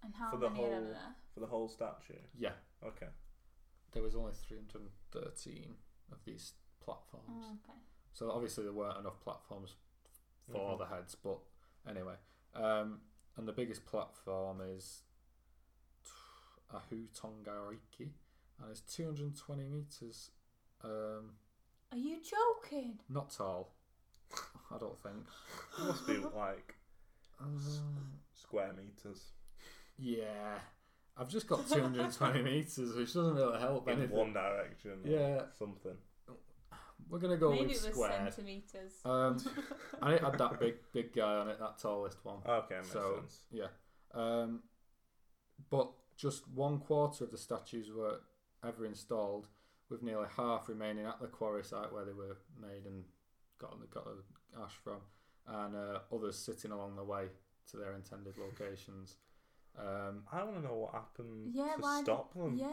[SPEAKER 2] And how
[SPEAKER 1] for the
[SPEAKER 2] many
[SPEAKER 1] whole
[SPEAKER 2] of them are there?
[SPEAKER 1] for the whole statue?
[SPEAKER 3] Yeah,
[SPEAKER 1] Okay.
[SPEAKER 3] there was only 313 of these platforms.
[SPEAKER 2] Oh, okay.
[SPEAKER 3] So obviously there weren't enough platforms for
[SPEAKER 1] Mm-hmm.
[SPEAKER 3] the heads, but anyway. Um, and the biggest platform is Ahu Tongariki, and it's 220 meters. Um,
[SPEAKER 2] Are you joking?
[SPEAKER 3] not tall, I don't think.
[SPEAKER 1] Must be like Uh,
[SPEAKER 3] Um,
[SPEAKER 1] square meters
[SPEAKER 3] yeah, I've just got 220 meters, which doesn't really help
[SPEAKER 1] in
[SPEAKER 3] anything.
[SPEAKER 1] one direction. or
[SPEAKER 3] Yeah.
[SPEAKER 1] Something.
[SPEAKER 3] We're gonna go
[SPEAKER 2] Maybe
[SPEAKER 3] with
[SPEAKER 2] it was
[SPEAKER 3] squared.
[SPEAKER 2] centimeters.
[SPEAKER 3] Um, I didn't have that big big guy on it, that tallest one.
[SPEAKER 1] Okay, makes
[SPEAKER 3] So
[SPEAKER 1] sense.
[SPEAKER 3] yeah, um, but just one quarter of the statues were ever installed, with nearly half remaining at the quarry site where they were made and got got the ash from, and uh, others sitting along the way to their intended locations. Um,
[SPEAKER 1] I want to know what happened
[SPEAKER 2] yeah.
[SPEAKER 1] to
[SPEAKER 2] Why?
[SPEAKER 1] stop them.
[SPEAKER 2] Yeah.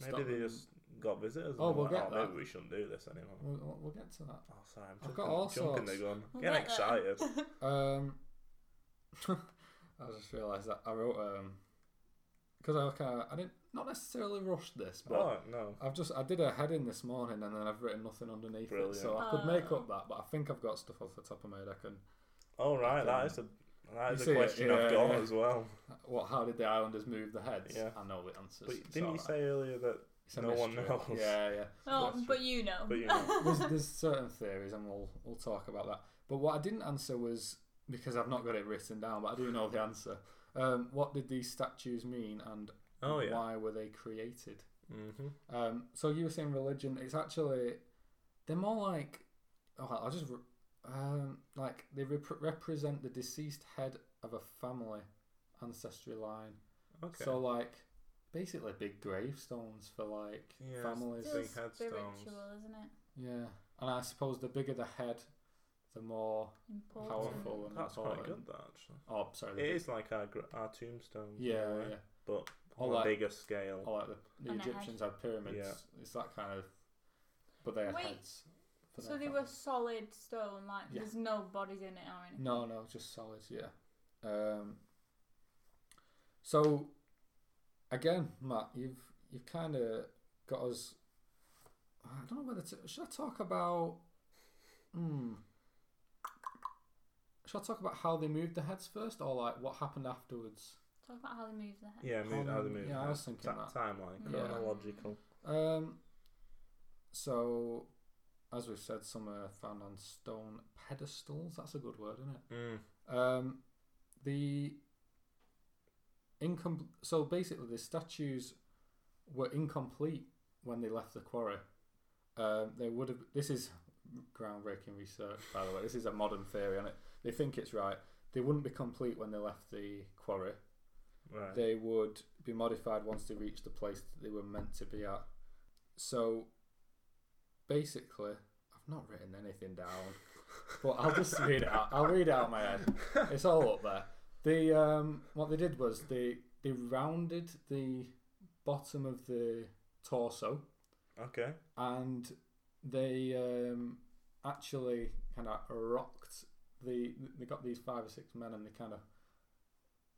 [SPEAKER 1] Maybe
[SPEAKER 3] Stop
[SPEAKER 1] they
[SPEAKER 3] them
[SPEAKER 1] just got visitors. and
[SPEAKER 3] Oh,
[SPEAKER 1] I'm
[SPEAKER 3] we'll
[SPEAKER 1] like,
[SPEAKER 3] get
[SPEAKER 1] oh,
[SPEAKER 3] that.
[SPEAKER 1] maybe we shouldn't do this anymore.
[SPEAKER 3] We'll, we'll- we'll get to that.
[SPEAKER 1] Oh, sorry, I'm
[SPEAKER 3] I've
[SPEAKER 1] jumping,
[SPEAKER 3] got all
[SPEAKER 1] jumping the
[SPEAKER 3] sorts.
[SPEAKER 1] gun.
[SPEAKER 2] We'll uh,
[SPEAKER 1] Getting
[SPEAKER 2] get there.
[SPEAKER 1] excited.
[SPEAKER 3] Um, I just realised that I wrote um because I kind of I didn't not necessarily rush this, but
[SPEAKER 1] oh, no.
[SPEAKER 3] I've just I did a heading this morning and then I've written nothing underneath
[SPEAKER 1] Brilliant.
[SPEAKER 3] it, so I could make
[SPEAKER 2] Oh.
[SPEAKER 3] up that. But I think I've got stuff off the top of my head. I can.
[SPEAKER 1] Oh, right,
[SPEAKER 3] Um,
[SPEAKER 1] that is a, that
[SPEAKER 3] you
[SPEAKER 1] is
[SPEAKER 3] see
[SPEAKER 1] a
[SPEAKER 3] it,
[SPEAKER 1] question I've
[SPEAKER 3] yeah,
[SPEAKER 1] got
[SPEAKER 3] yeah.
[SPEAKER 1] as well.
[SPEAKER 3] What? How did the Islanders move the heads?
[SPEAKER 1] Yeah.
[SPEAKER 3] I know the answers.
[SPEAKER 1] But
[SPEAKER 3] It's
[SPEAKER 1] didn't you
[SPEAKER 3] alright.
[SPEAKER 1] say earlier that
[SPEAKER 3] It's a
[SPEAKER 1] no one
[SPEAKER 3] mystery.
[SPEAKER 1] knows?
[SPEAKER 3] Yeah, yeah.
[SPEAKER 2] Oh,
[SPEAKER 1] That's
[SPEAKER 2] but you know.
[SPEAKER 1] But you know.
[SPEAKER 3] there's, there's certain theories, and we'll we'll talk about that. But what I didn't answer was because I've not got it written down, but I do know the answer. Um, what did these statues mean, and
[SPEAKER 1] Oh, yeah.
[SPEAKER 3] why were they created?
[SPEAKER 1] Mm-hmm.
[SPEAKER 3] Um, so you were saying religion? It's actually they're more like oh, I just re- um, like they rep- represent the deceased head of a family ancestry line.
[SPEAKER 1] Okay.
[SPEAKER 3] So like basically big gravestones for like
[SPEAKER 1] Yeah,
[SPEAKER 3] families.
[SPEAKER 1] Big
[SPEAKER 2] It's
[SPEAKER 1] headstones.
[SPEAKER 2] spiritual, isn't it?
[SPEAKER 3] Yeah, and I suppose the bigger the head, the more
[SPEAKER 2] Important.
[SPEAKER 3] powerful and
[SPEAKER 1] Mm. That's quite
[SPEAKER 3] important.
[SPEAKER 1] good, that, actually.
[SPEAKER 3] Oh, sorry. the
[SPEAKER 1] It
[SPEAKER 3] big-
[SPEAKER 1] is like our, gr- our tombstone.
[SPEAKER 3] Yeah, yeah.
[SPEAKER 1] But
[SPEAKER 3] Or
[SPEAKER 1] on
[SPEAKER 3] like-
[SPEAKER 1] a bigger scale.
[SPEAKER 3] Or like the, the
[SPEAKER 2] And a head.
[SPEAKER 3] Egyptians had pyramids.
[SPEAKER 1] Yeah.
[SPEAKER 3] It's that kind of. But they had
[SPEAKER 2] Wait,
[SPEAKER 3] heads. for
[SPEAKER 2] So
[SPEAKER 3] their
[SPEAKER 2] they were
[SPEAKER 3] families.
[SPEAKER 2] solid stone, like
[SPEAKER 3] Yeah.
[SPEAKER 2] there's no bodies in it or anything.
[SPEAKER 3] No, no, just solid. Yeah. Um. So, again, Matt, you've you've kind of got us. I don't know whether to. Should I talk about? Hmm. Should I talk about how they moved the heads first, or like what happened afterwards?
[SPEAKER 2] Talk about how they move the head.
[SPEAKER 1] Yeah, move, how they
[SPEAKER 3] Um,
[SPEAKER 1] move.
[SPEAKER 3] yeah, I was thinking
[SPEAKER 1] Ta-
[SPEAKER 3] that.
[SPEAKER 1] Timeline,
[SPEAKER 3] Yeah.
[SPEAKER 1] chronological.
[SPEAKER 3] Um, so, as we've said, some are found on stone pedestals. That's a good word, isn't it?
[SPEAKER 1] Mm.
[SPEAKER 3] Um, the incom- So basically, the statues were incomplete when they left the quarry. Um, they would have. This is groundbreaking research, by the way. This is a modern theory on it. They think it's right. They wouldn't be complete when they left the quarry
[SPEAKER 1] Right.
[SPEAKER 3] they would be modified once they reached the place that they were meant to be at. So basically, I've not written anything down, but I'll just read it out. I'll read it out my head. It's all up there. The um, what they did was they they rounded the bottom of the torso
[SPEAKER 1] okay.
[SPEAKER 3] and they um, actually kind of rocked the. They got these five or six men, and they kind of,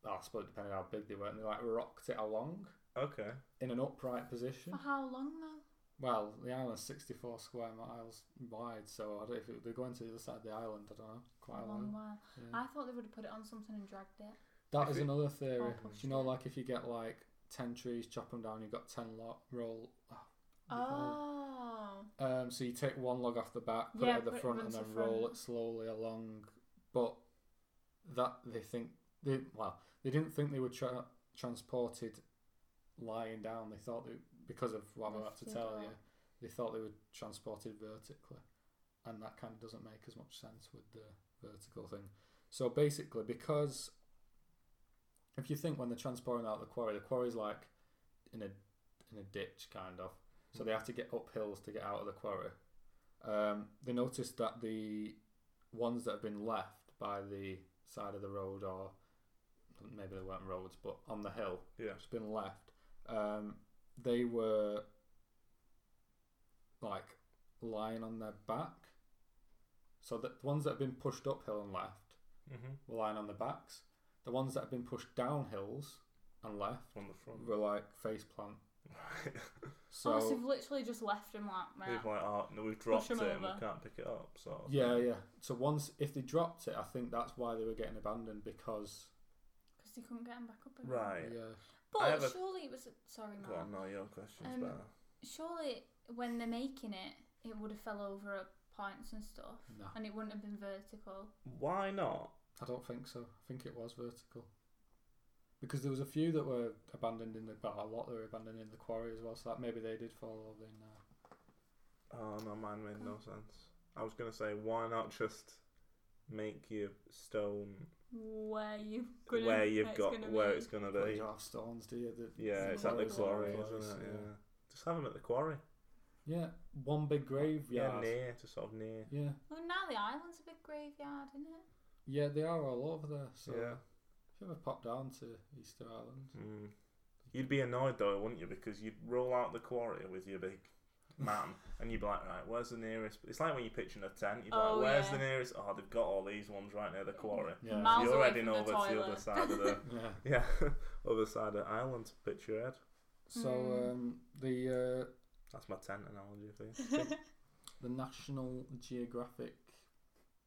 [SPEAKER 3] I suppose depending on how big they were, and they like rocked it along
[SPEAKER 1] Okay.
[SPEAKER 3] in an upright position.
[SPEAKER 2] For how long though?
[SPEAKER 3] Well, the island's sixty-four square miles wide, so I don't if it, they're going to the other side of the island. I don't know,
[SPEAKER 2] A
[SPEAKER 3] quite a
[SPEAKER 2] long
[SPEAKER 3] long.
[SPEAKER 2] while.
[SPEAKER 3] Yeah.
[SPEAKER 2] I thought they would have put it on something and dragged it. Oh,
[SPEAKER 3] That
[SPEAKER 1] If
[SPEAKER 3] is
[SPEAKER 1] it-
[SPEAKER 3] another theory.
[SPEAKER 2] Or pushed
[SPEAKER 3] You know,
[SPEAKER 2] it.
[SPEAKER 3] like if you get like ten trees, chop them down, you've got ten log roll. ah,
[SPEAKER 2] Oh.
[SPEAKER 3] Um, so you take one log off the back, put
[SPEAKER 2] Yeah,
[SPEAKER 3] it at the
[SPEAKER 2] put it
[SPEAKER 3] front, and
[SPEAKER 2] onto
[SPEAKER 3] then
[SPEAKER 2] the
[SPEAKER 3] roll
[SPEAKER 2] front.
[SPEAKER 3] it slowly along. But that they think they well, they didn't think they were tra- transported lying down. They thought they because of what I'm about to
[SPEAKER 2] Lifted
[SPEAKER 3] tell
[SPEAKER 2] up.
[SPEAKER 3] you, they thought they were transported vertically, and that kind of doesn't make as much sense with the vertical thing. So basically, because if you think when they're transporting out the quarry, the quarry's like in a in a ditch kind of, so they have to get up hills to get out of the quarry. Um, they noticed that the ones that have been left by the side of the road, or maybe they weren't roads, but on the hill,
[SPEAKER 1] Yeah.
[SPEAKER 3] it's been left. Um, they were like lying on their back, so that the ones that have been pushed uphill and left
[SPEAKER 1] Mm-hmm.
[SPEAKER 3] were lying on their backs. The ones that have been pushed down hills and left
[SPEAKER 1] On the front.
[SPEAKER 3] were like face plant.
[SPEAKER 1] Right.
[SPEAKER 3] So
[SPEAKER 2] oh, so they've literally just left him like
[SPEAKER 1] They've
[SPEAKER 2] that.
[SPEAKER 1] like, oh, no, we've dropped it
[SPEAKER 2] them
[SPEAKER 1] and we
[SPEAKER 2] over.
[SPEAKER 1] can't pick it up. So
[SPEAKER 3] yeah, yeah. So once if they dropped it, I think that's why they were getting abandoned because
[SPEAKER 2] Because they couldn't get him back up again.
[SPEAKER 1] Right.
[SPEAKER 3] yeah,
[SPEAKER 1] I
[SPEAKER 2] But
[SPEAKER 1] have a-
[SPEAKER 2] surely it was. Sorry,
[SPEAKER 1] Go
[SPEAKER 2] Mark.
[SPEAKER 1] on, no, your question's
[SPEAKER 2] Um,
[SPEAKER 1] better.
[SPEAKER 2] Surely when they're making it, it would have fell over at points and stuff.
[SPEAKER 3] no,
[SPEAKER 2] And it wouldn't have been vertical.
[SPEAKER 1] Why not?
[SPEAKER 3] I don't think so. I think it was vertical because there was a few that were abandoned in the well, a lot that were abandoned in the quarry as well. So that maybe they did fall over in uh,
[SPEAKER 1] Oh,
[SPEAKER 3] there.
[SPEAKER 1] no, mine made no sense. I was going to say, why not just make your stone
[SPEAKER 2] Where you've gonna,
[SPEAKER 1] where you've
[SPEAKER 2] it's
[SPEAKER 1] got
[SPEAKER 2] gonna
[SPEAKER 1] where
[SPEAKER 2] be.
[SPEAKER 1] it's going to
[SPEAKER 3] But
[SPEAKER 1] be?
[SPEAKER 3] you don't have stones, do you? The-
[SPEAKER 1] Yeah,
[SPEAKER 2] It's
[SPEAKER 1] it's at the
[SPEAKER 2] always
[SPEAKER 1] quarry,
[SPEAKER 3] always,
[SPEAKER 1] isn't it? Yeah.
[SPEAKER 3] yeah.
[SPEAKER 1] Just have them at the quarry.
[SPEAKER 3] Yeah, one big
[SPEAKER 1] Yeah,
[SPEAKER 3] graveyard.
[SPEAKER 1] near, just sort of near.
[SPEAKER 3] yeah,
[SPEAKER 2] Well, now the island's a big graveyard, isn't it?
[SPEAKER 3] yeah, they are all over there. So
[SPEAKER 1] Yeah.
[SPEAKER 3] if you ever pop down to Easter Island,
[SPEAKER 1] Hmm. Mm. You'd be annoyed though, wouldn't you? Because you'd roll out the quarry with your big man, and you'd be like, right, where's the nearest? It's like when you're pitching a tent, you're
[SPEAKER 2] Oh,
[SPEAKER 1] like, where's
[SPEAKER 2] yeah.
[SPEAKER 1] the nearest? Oh, they've got all these ones right near the quarry.
[SPEAKER 3] Yeah.
[SPEAKER 2] Miles
[SPEAKER 1] You're
[SPEAKER 2] away
[SPEAKER 1] heading
[SPEAKER 2] from
[SPEAKER 1] over to
[SPEAKER 2] the
[SPEAKER 1] the
[SPEAKER 2] toilet.
[SPEAKER 1] other side of the
[SPEAKER 3] Yeah.
[SPEAKER 1] yeah, other side of the island to pitch your head.
[SPEAKER 3] So um, the uh,
[SPEAKER 1] That's my tent analogy for you.
[SPEAKER 3] the National Geographic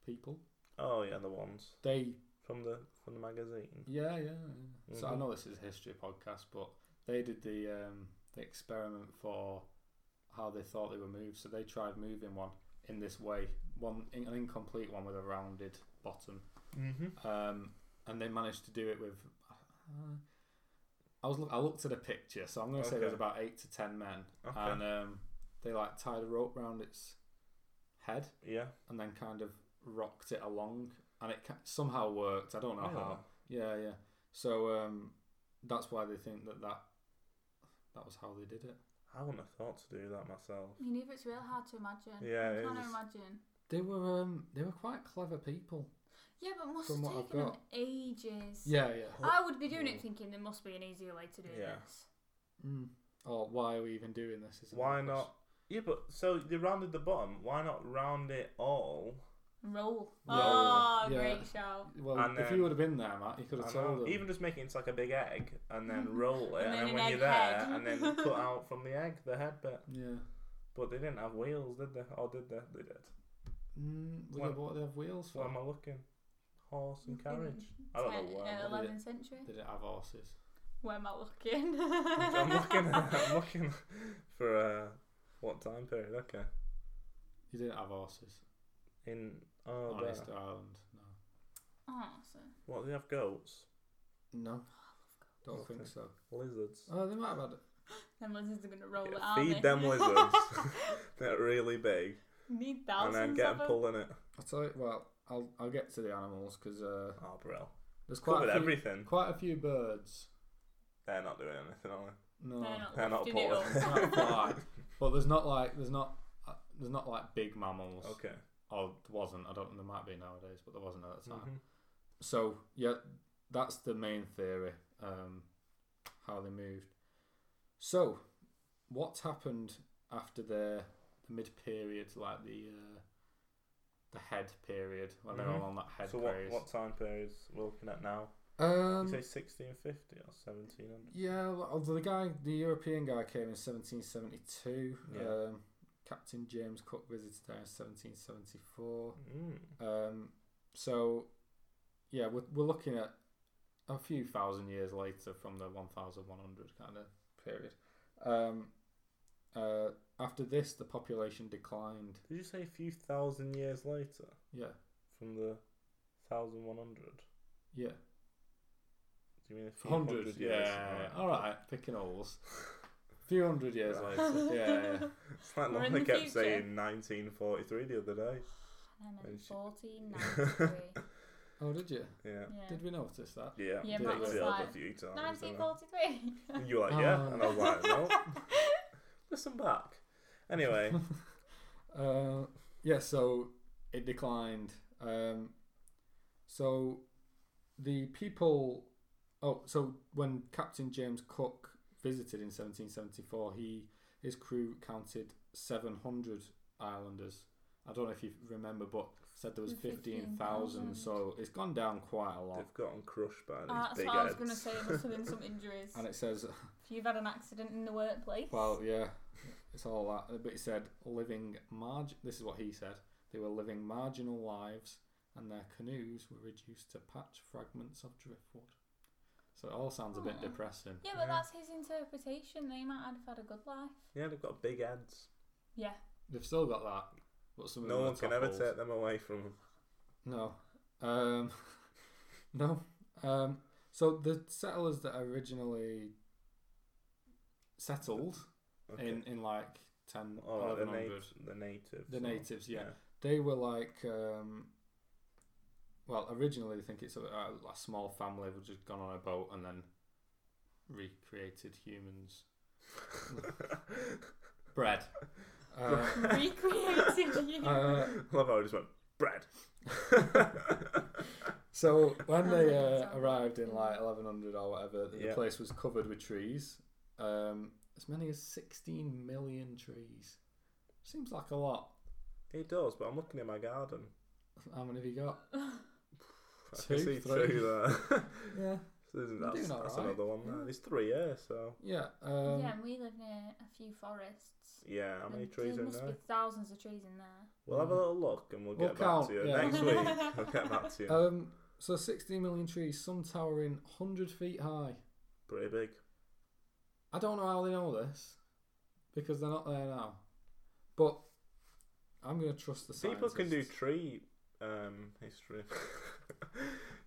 [SPEAKER 3] people.
[SPEAKER 1] Oh yeah, the ones
[SPEAKER 3] They
[SPEAKER 1] from the from the magazine.
[SPEAKER 3] yeah yeah. yeah. So I know this is a history podcast, but they did the um, the experiment for how they thought they were moved. So they tried moving one in this way, one in, an incomplete one with a rounded bottom,
[SPEAKER 1] Mm-hmm.
[SPEAKER 3] um, and they managed to do it with. Uh, I was look, I looked at a picture, so I'm going to say there's
[SPEAKER 1] Okay.
[SPEAKER 3] about eight to ten men,
[SPEAKER 1] Okay.
[SPEAKER 3] and um, they like tied a rope round its head
[SPEAKER 1] Yeah.
[SPEAKER 3] and then kind of rocked it along, and it ca- somehow worked. I don't know
[SPEAKER 1] Really?
[SPEAKER 3] how. Yeah, yeah. So um, that's why they think that that that was how they did it.
[SPEAKER 1] I wouldn't have thought to do that myself.
[SPEAKER 2] Me neither. It's real hard to imagine.
[SPEAKER 1] Yeah,
[SPEAKER 2] I
[SPEAKER 1] it
[SPEAKER 2] can't
[SPEAKER 1] is.
[SPEAKER 2] imagine.
[SPEAKER 3] They were um, they were quite clever people.
[SPEAKER 2] Yeah, but it must
[SPEAKER 3] From
[SPEAKER 2] have
[SPEAKER 3] what I've
[SPEAKER 2] taken them
[SPEAKER 3] got.
[SPEAKER 2] ages.
[SPEAKER 3] Yeah, yeah.
[SPEAKER 2] I would be doing it thinking there must be an easier way to do
[SPEAKER 1] Yeah.
[SPEAKER 2] this.
[SPEAKER 3] Mm. Or why are we even doing this? is
[SPEAKER 1] Why
[SPEAKER 3] another
[SPEAKER 1] not? Yeah, but so they rounded the bottom. Why not round it all?
[SPEAKER 2] Roll.
[SPEAKER 3] Roll.
[SPEAKER 2] Oh,
[SPEAKER 3] Yeah.
[SPEAKER 2] great shout.
[SPEAKER 3] question. Well,
[SPEAKER 1] And
[SPEAKER 3] if
[SPEAKER 1] then-
[SPEAKER 3] you would have been there, Matt, you could have
[SPEAKER 1] I know.
[SPEAKER 3] told them.
[SPEAKER 1] Even just making it into like a big egg and then roll it, and,
[SPEAKER 2] And then
[SPEAKER 1] then
[SPEAKER 2] an
[SPEAKER 1] when you're
[SPEAKER 2] egg
[SPEAKER 1] there,
[SPEAKER 2] head.
[SPEAKER 1] and then you cut out from the egg the head bit.
[SPEAKER 3] yeah.
[SPEAKER 1] But they didn't have wheels, did they? Or did they? They did.
[SPEAKER 3] Mm,
[SPEAKER 1] What-
[SPEAKER 3] well, yeah, but what do they have wheels
[SPEAKER 1] What
[SPEAKER 3] for?
[SPEAKER 1] am I looking? Horse and carriage. I don't know where.
[SPEAKER 2] Uh,
[SPEAKER 1] I'm
[SPEAKER 3] what did
[SPEAKER 2] 11th century.
[SPEAKER 3] They didn't have horses.
[SPEAKER 2] Where am I looking?
[SPEAKER 1] looking. I'm looking. I'm looking for uh, what time period? Okay.
[SPEAKER 3] You didn't have horses
[SPEAKER 1] In oh,
[SPEAKER 3] on
[SPEAKER 1] there.
[SPEAKER 3] Easter Island.
[SPEAKER 2] oh, so.
[SPEAKER 1] what do they have? Goats,
[SPEAKER 3] No. No. Don't think
[SPEAKER 1] Okay.
[SPEAKER 3] so.
[SPEAKER 1] lizards.
[SPEAKER 3] Oh, they might have had
[SPEAKER 2] Them lizards are going to roll
[SPEAKER 1] Yeah,
[SPEAKER 2] it out.
[SPEAKER 1] feed them lizards. They're really big,
[SPEAKER 2] Need
[SPEAKER 1] and
[SPEAKER 2] thousands
[SPEAKER 1] then get
[SPEAKER 2] of them.
[SPEAKER 1] them pulling it.
[SPEAKER 3] I'll tell you. Well, I'll I'll get to the animals because uh,
[SPEAKER 1] Oh, bro.
[SPEAKER 3] there's quite
[SPEAKER 1] Covered
[SPEAKER 3] a few,
[SPEAKER 1] everything.
[SPEAKER 3] quite a few birds.
[SPEAKER 1] They're not doing anything, are they?
[SPEAKER 3] No,
[SPEAKER 2] They're not,
[SPEAKER 1] They're not
[SPEAKER 2] lifting it
[SPEAKER 1] pulling.
[SPEAKER 2] up.
[SPEAKER 3] not quite. but there's not like there's not uh, there's not like big mammals.
[SPEAKER 1] Okay.
[SPEAKER 3] Or there wasn't. I don't. There might be nowadays, but there wasn't at the time.
[SPEAKER 1] Mhm.
[SPEAKER 3] So yeah, that's the main theory. Um, how they moved. So, what happened after their the mid period, like the uh, the head period, when they're
[SPEAKER 1] Mhm.
[SPEAKER 3] all on that head
[SPEAKER 1] So what,
[SPEAKER 3] craze?
[SPEAKER 1] what time periods we're looking at now?
[SPEAKER 3] Um,
[SPEAKER 1] you say 1650 or 1700?
[SPEAKER 3] Yeah, well, although the guy, the European guy, came in 1772.
[SPEAKER 1] Yeah.
[SPEAKER 3] Um, Captain James Cook visited there in 1774.
[SPEAKER 1] Mm.
[SPEAKER 3] Um, so, yeah, we're, we're looking at a few thousand years later from the 1100 kind of period. Um, uh, after this, the population declined.
[SPEAKER 1] Did you say a few thousand years later
[SPEAKER 3] Yeah,
[SPEAKER 1] from the 1100?
[SPEAKER 3] yeah.
[SPEAKER 1] Do you mean a few
[SPEAKER 3] Hundred,
[SPEAKER 1] hundred, years?
[SPEAKER 3] yeah.
[SPEAKER 1] Right.
[SPEAKER 3] All right, picking holes. few hundred years
[SPEAKER 1] Right.
[SPEAKER 3] later. Yeah, yeah.
[SPEAKER 1] It's like
[SPEAKER 2] We're in
[SPEAKER 1] Lana
[SPEAKER 2] the
[SPEAKER 1] kept
[SPEAKER 2] future.
[SPEAKER 1] saying 1943 the other day.
[SPEAKER 2] And then
[SPEAKER 1] And she-
[SPEAKER 2] 1493.
[SPEAKER 3] Oh, did you?
[SPEAKER 1] Yeah.
[SPEAKER 2] yeah.
[SPEAKER 3] Did we notice that?
[SPEAKER 1] Yeah.
[SPEAKER 2] Yeah,
[SPEAKER 1] picked
[SPEAKER 3] Matt was
[SPEAKER 1] it up
[SPEAKER 2] like,
[SPEAKER 1] a few times. didn't I?
[SPEAKER 2] 1943.
[SPEAKER 1] And you were like, yeah.
[SPEAKER 3] Oh.
[SPEAKER 1] And I was like, no. Listen back. Anyway.
[SPEAKER 3] Uh, yeah, so it declined. Um, so the people. Oh, so when Captain James Cook visited in 1774, he his crew counted 700 islanders. I don't know if you remember, but said there was 15,000, so it's gone down quite a lot.
[SPEAKER 1] They've gotten crushed by these
[SPEAKER 2] Uh, that's
[SPEAKER 1] big
[SPEAKER 2] what I was
[SPEAKER 1] heads.
[SPEAKER 2] going to say. There must have been some injuries.
[SPEAKER 3] And
[SPEAKER 2] if
[SPEAKER 3] it says,
[SPEAKER 2] you've had an accident in the workplace.
[SPEAKER 3] well, yeah, it's all that. But he said, living margin. This is what he said. They were living marginal lives, and their canoes were reduced to patch fragments of driftwood. So it all sounds a bit
[SPEAKER 2] Aw.
[SPEAKER 3] depressing.
[SPEAKER 2] yeah,
[SPEAKER 1] Yeah.
[SPEAKER 2] but that's his interpretation. They might have had a good life.
[SPEAKER 1] Yeah, they've got big heads.
[SPEAKER 2] Yeah.
[SPEAKER 3] They've still got that, but some of
[SPEAKER 1] No
[SPEAKER 3] them are
[SPEAKER 1] one can ever
[SPEAKER 3] toppled.
[SPEAKER 1] take them away from them.
[SPEAKER 3] No. Um, no. Um, so the settlers that originally settled
[SPEAKER 1] Okay.
[SPEAKER 3] in, in like 10,
[SPEAKER 1] Oh, the,
[SPEAKER 3] 1100,
[SPEAKER 1] nat- the natives.
[SPEAKER 3] The
[SPEAKER 1] or-
[SPEAKER 3] natives, yeah. they were like, um, well, originally they think it's a, a, a small family who just gone on a boat and then recreated humans. Bread. Uh,
[SPEAKER 2] Recreated you.
[SPEAKER 3] uh,
[SPEAKER 1] Love how I just went, bread.
[SPEAKER 3] so when
[SPEAKER 2] Oh my
[SPEAKER 3] they
[SPEAKER 2] God,
[SPEAKER 3] uh,
[SPEAKER 2] sorry.
[SPEAKER 3] arrived in like 1100 or whatever, the,
[SPEAKER 1] Yeah.
[SPEAKER 3] place was covered with trees, um, as many as 16 million trees. Seems like a lot.
[SPEAKER 1] It does, but I'm looking in my garden.
[SPEAKER 3] How many have you got?
[SPEAKER 1] I
[SPEAKER 3] Two,
[SPEAKER 1] can see
[SPEAKER 3] three.
[SPEAKER 1] two there.
[SPEAKER 3] Yeah.
[SPEAKER 1] So isn't
[SPEAKER 3] You're
[SPEAKER 1] that, that's
[SPEAKER 3] doing alright.
[SPEAKER 1] another one there.
[SPEAKER 3] Yeah.
[SPEAKER 1] There's three here, so
[SPEAKER 3] Yeah. Um,
[SPEAKER 2] yeah, and we live near a few forests.
[SPEAKER 1] yeah, how many
[SPEAKER 2] And
[SPEAKER 1] trees are
[SPEAKER 2] there
[SPEAKER 1] in
[SPEAKER 2] must
[SPEAKER 1] there?
[SPEAKER 2] be thousands of trees in there.
[SPEAKER 1] We'll have a little look and we'll,
[SPEAKER 3] Hmm. We'll
[SPEAKER 1] get
[SPEAKER 3] count,
[SPEAKER 1] back to you.
[SPEAKER 3] yeah.
[SPEAKER 1] Next week we'll get back to you.
[SPEAKER 3] um, so 16 million trees, some towering 100 feet high.
[SPEAKER 1] Pretty big.
[SPEAKER 3] I don't know how they know this because they're not there now. But I'm going to trust the
[SPEAKER 1] People can do
[SPEAKER 3] scientists.
[SPEAKER 1] tree um, history.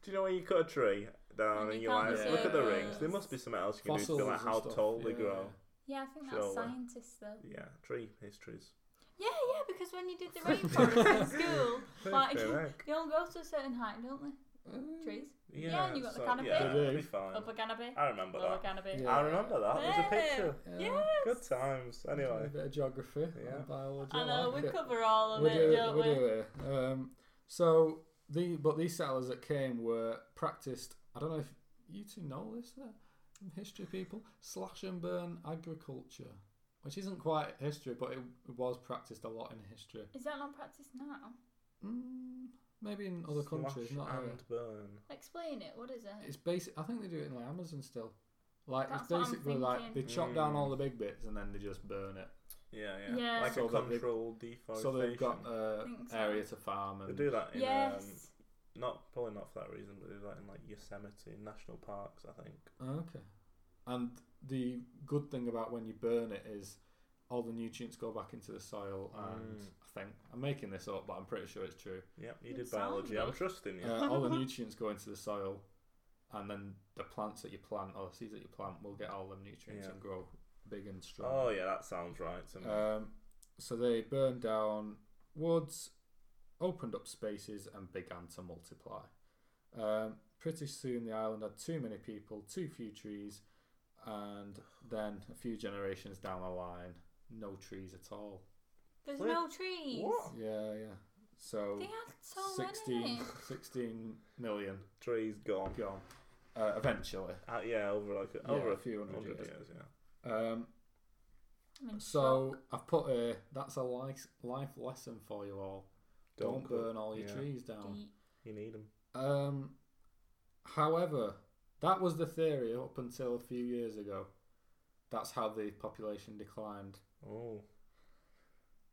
[SPEAKER 1] do you know when you cut a tree down
[SPEAKER 2] And
[SPEAKER 1] and,
[SPEAKER 2] you
[SPEAKER 1] you're
[SPEAKER 2] count
[SPEAKER 1] like,
[SPEAKER 3] the
[SPEAKER 1] look at the rings.
[SPEAKER 2] circles.
[SPEAKER 1] There must be something else you can do to be
[SPEAKER 3] Fossils
[SPEAKER 1] like
[SPEAKER 3] and
[SPEAKER 1] how
[SPEAKER 3] stuff,
[SPEAKER 1] tall they
[SPEAKER 3] yeah.
[SPEAKER 1] grow.
[SPEAKER 2] Yeah, I think
[SPEAKER 1] Surely.
[SPEAKER 2] that's scientists though.
[SPEAKER 1] Yeah, tree histories.
[SPEAKER 2] Yeah, yeah, because when you did the rainforest in school, like
[SPEAKER 1] Fair
[SPEAKER 2] they
[SPEAKER 1] enough.
[SPEAKER 2] all go to a certain height, don't they?
[SPEAKER 3] Mm. Uh,
[SPEAKER 2] Trees.
[SPEAKER 1] Yeah,
[SPEAKER 2] and you got the
[SPEAKER 1] so-
[SPEAKER 2] canopy.
[SPEAKER 1] Yeah,
[SPEAKER 3] They
[SPEAKER 1] it'd be
[SPEAKER 3] do.
[SPEAKER 1] fine.
[SPEAKER 2] Upper canopy.
[SPEAKER 1] I remember
[SPEAKER 2] Lower
[SPEAKER 1] that.
[SPEAKER 2] canopy.
[SPEAKER 3] Yeah.
[SPEAKER 1] I remember that. There's a picture.
[SPEAKER 3] Yeah.
[SPEAKER 2] Yes.
[SPEAKER 1] Good times. Anyway.
[SPEAKER 3] A bit of geography,
[SPEAKER 1] Yeah.
[SPEAKER 3] and biology.
[SPEAKER 2] I know,
[SPEAKER 3] like
[SPEAKER 2] we
[SPEAKER 3] it.
[SPEAKER 2] cover all of
[SPEAKER 3] we
[SPEAKER 2] it,
[SPEAKER 3] do,
[SPEAKER 2] don't
[SPEAKER 3] we
[SPEAKER 2] we?
[SPEAKER 3] do it. Um, so the but these settlers that came were practiced. I don't know if you two know this, uh, history people. Slash and burn agriculture, which isn't quite history, but it, it was practiced a lot in history.
[SPEAKER 2] Is that not practiced now?
[SPEAKER 3] Mm, maybe in other countries,
[SPEAKER 1] Slash
[SPEAKER 3] not here.
[SPEAKER 1] and burn.
[SPEAKER 2] Explain it. What is it?
[SPEAKER 3] It's basic. I think they do it in the Amazon still. Like
[SPEAKER 2] That's
[SPEAKER 3] it's
[SPEAKER 2] what I'm
[SPEAKER 3] basically like they
[SPEAKER 2] thinking.
[SPEAKER 3] chop down
[SPEAKER 1] Mm.
[SPEAKER 3] all the big bits and then they just burn it.
[SPEAKER 1] Yeah, yeah.
[SPEAKER 2] Yeah.
[SPEAKER 1] Like
[SPEAKER 3] So
[SPEAKER 1] a
[SPEAKER 3] that they-
[SPEAKER 1] controlled deforestation.
[SPEAKER 3] So they've got uh,
[SPEAKER 2] Think so.
[SPEAKER 3] area to farm
[SPEAKER 1] They
[SPEAKER 3] and
[SPEAKER 1] do that in
[SPEAKER 2] yes.
[SPEAKER 1] um, not probably not for that reason, but they do that in like Yosemite national parks, I think.
[SPEAKER 3] Oh, Okay. And the good thing about when you burn it is all the nutrients go back into the soil, and
[SPEAKER 1] Mm.
[SPEAKER 3] I think I'm making this up, but I'm pretty sure it's true.
[SPEAKER 1] Yep, you
[SPEAKER 2] It
[SPEAKER 1] did
[SPEAKER 2] sounds
[SPEAKER 1] biology. I'm
[SPEAKER 2] good.
[SPEAKER 1] trusting you.
[SPEAKER 3] Uh, all the nutrients go into the soil, and then the plants that you plant or the seeds that you plant will get all the nutrients
[SPEAKER 1] Yeah.
[SPEAKER 3] and grow big and strong.
[SPEAKER 1] oh yeah, that sounds right to me.
[SPEAKER 3] Um, so they burned down woods, opened up spaces, and began to multiply. Um, pretty soon, the island had too many people, too few trees, and then a few generations down the line, no trees at all.
[SPEAKER 2] There's
[SPEAKER 1] What?
[SPEAKER 2] no trees.
[SPEAKER 1] What?
[SPEAKER 3] Yeah, yeah. So
[SPEAKER 2] They had so
[SPEAKER 3] 16,
[SPEAKER 2] many.
[SPEAKER 3] 16 million
[SPEAKER 1] Trees gone.
[SPEAKER 3] gone uh, eventually.
[SPEAKER 1] Uh, yeah, over like a, over
[SPEAKER 3] Yeah,
[SPEAKER 1] a few hundred, years. Yeah.
[SPEAKER 3] Um,
[SPEAKER 2] I'm in
[SPEAKER 3] so
[SPEAKER 2] shock.
[SPEAKER 3] I've put a that's a life, life lesson for you all. Don't,
[SPEAKER 1] cut-
[SPEAKER 3] burn all your
[SPEAKER 1] yeah,
[SPEAKER 3] trees down.
[SPEAKER 2] Deep.
[SPEAKER 1] You need them.
[SPEAKER 3] Um, however, that was the theory up until a few years ago. That's how the population declined.
[SPEAKER 1] Oh.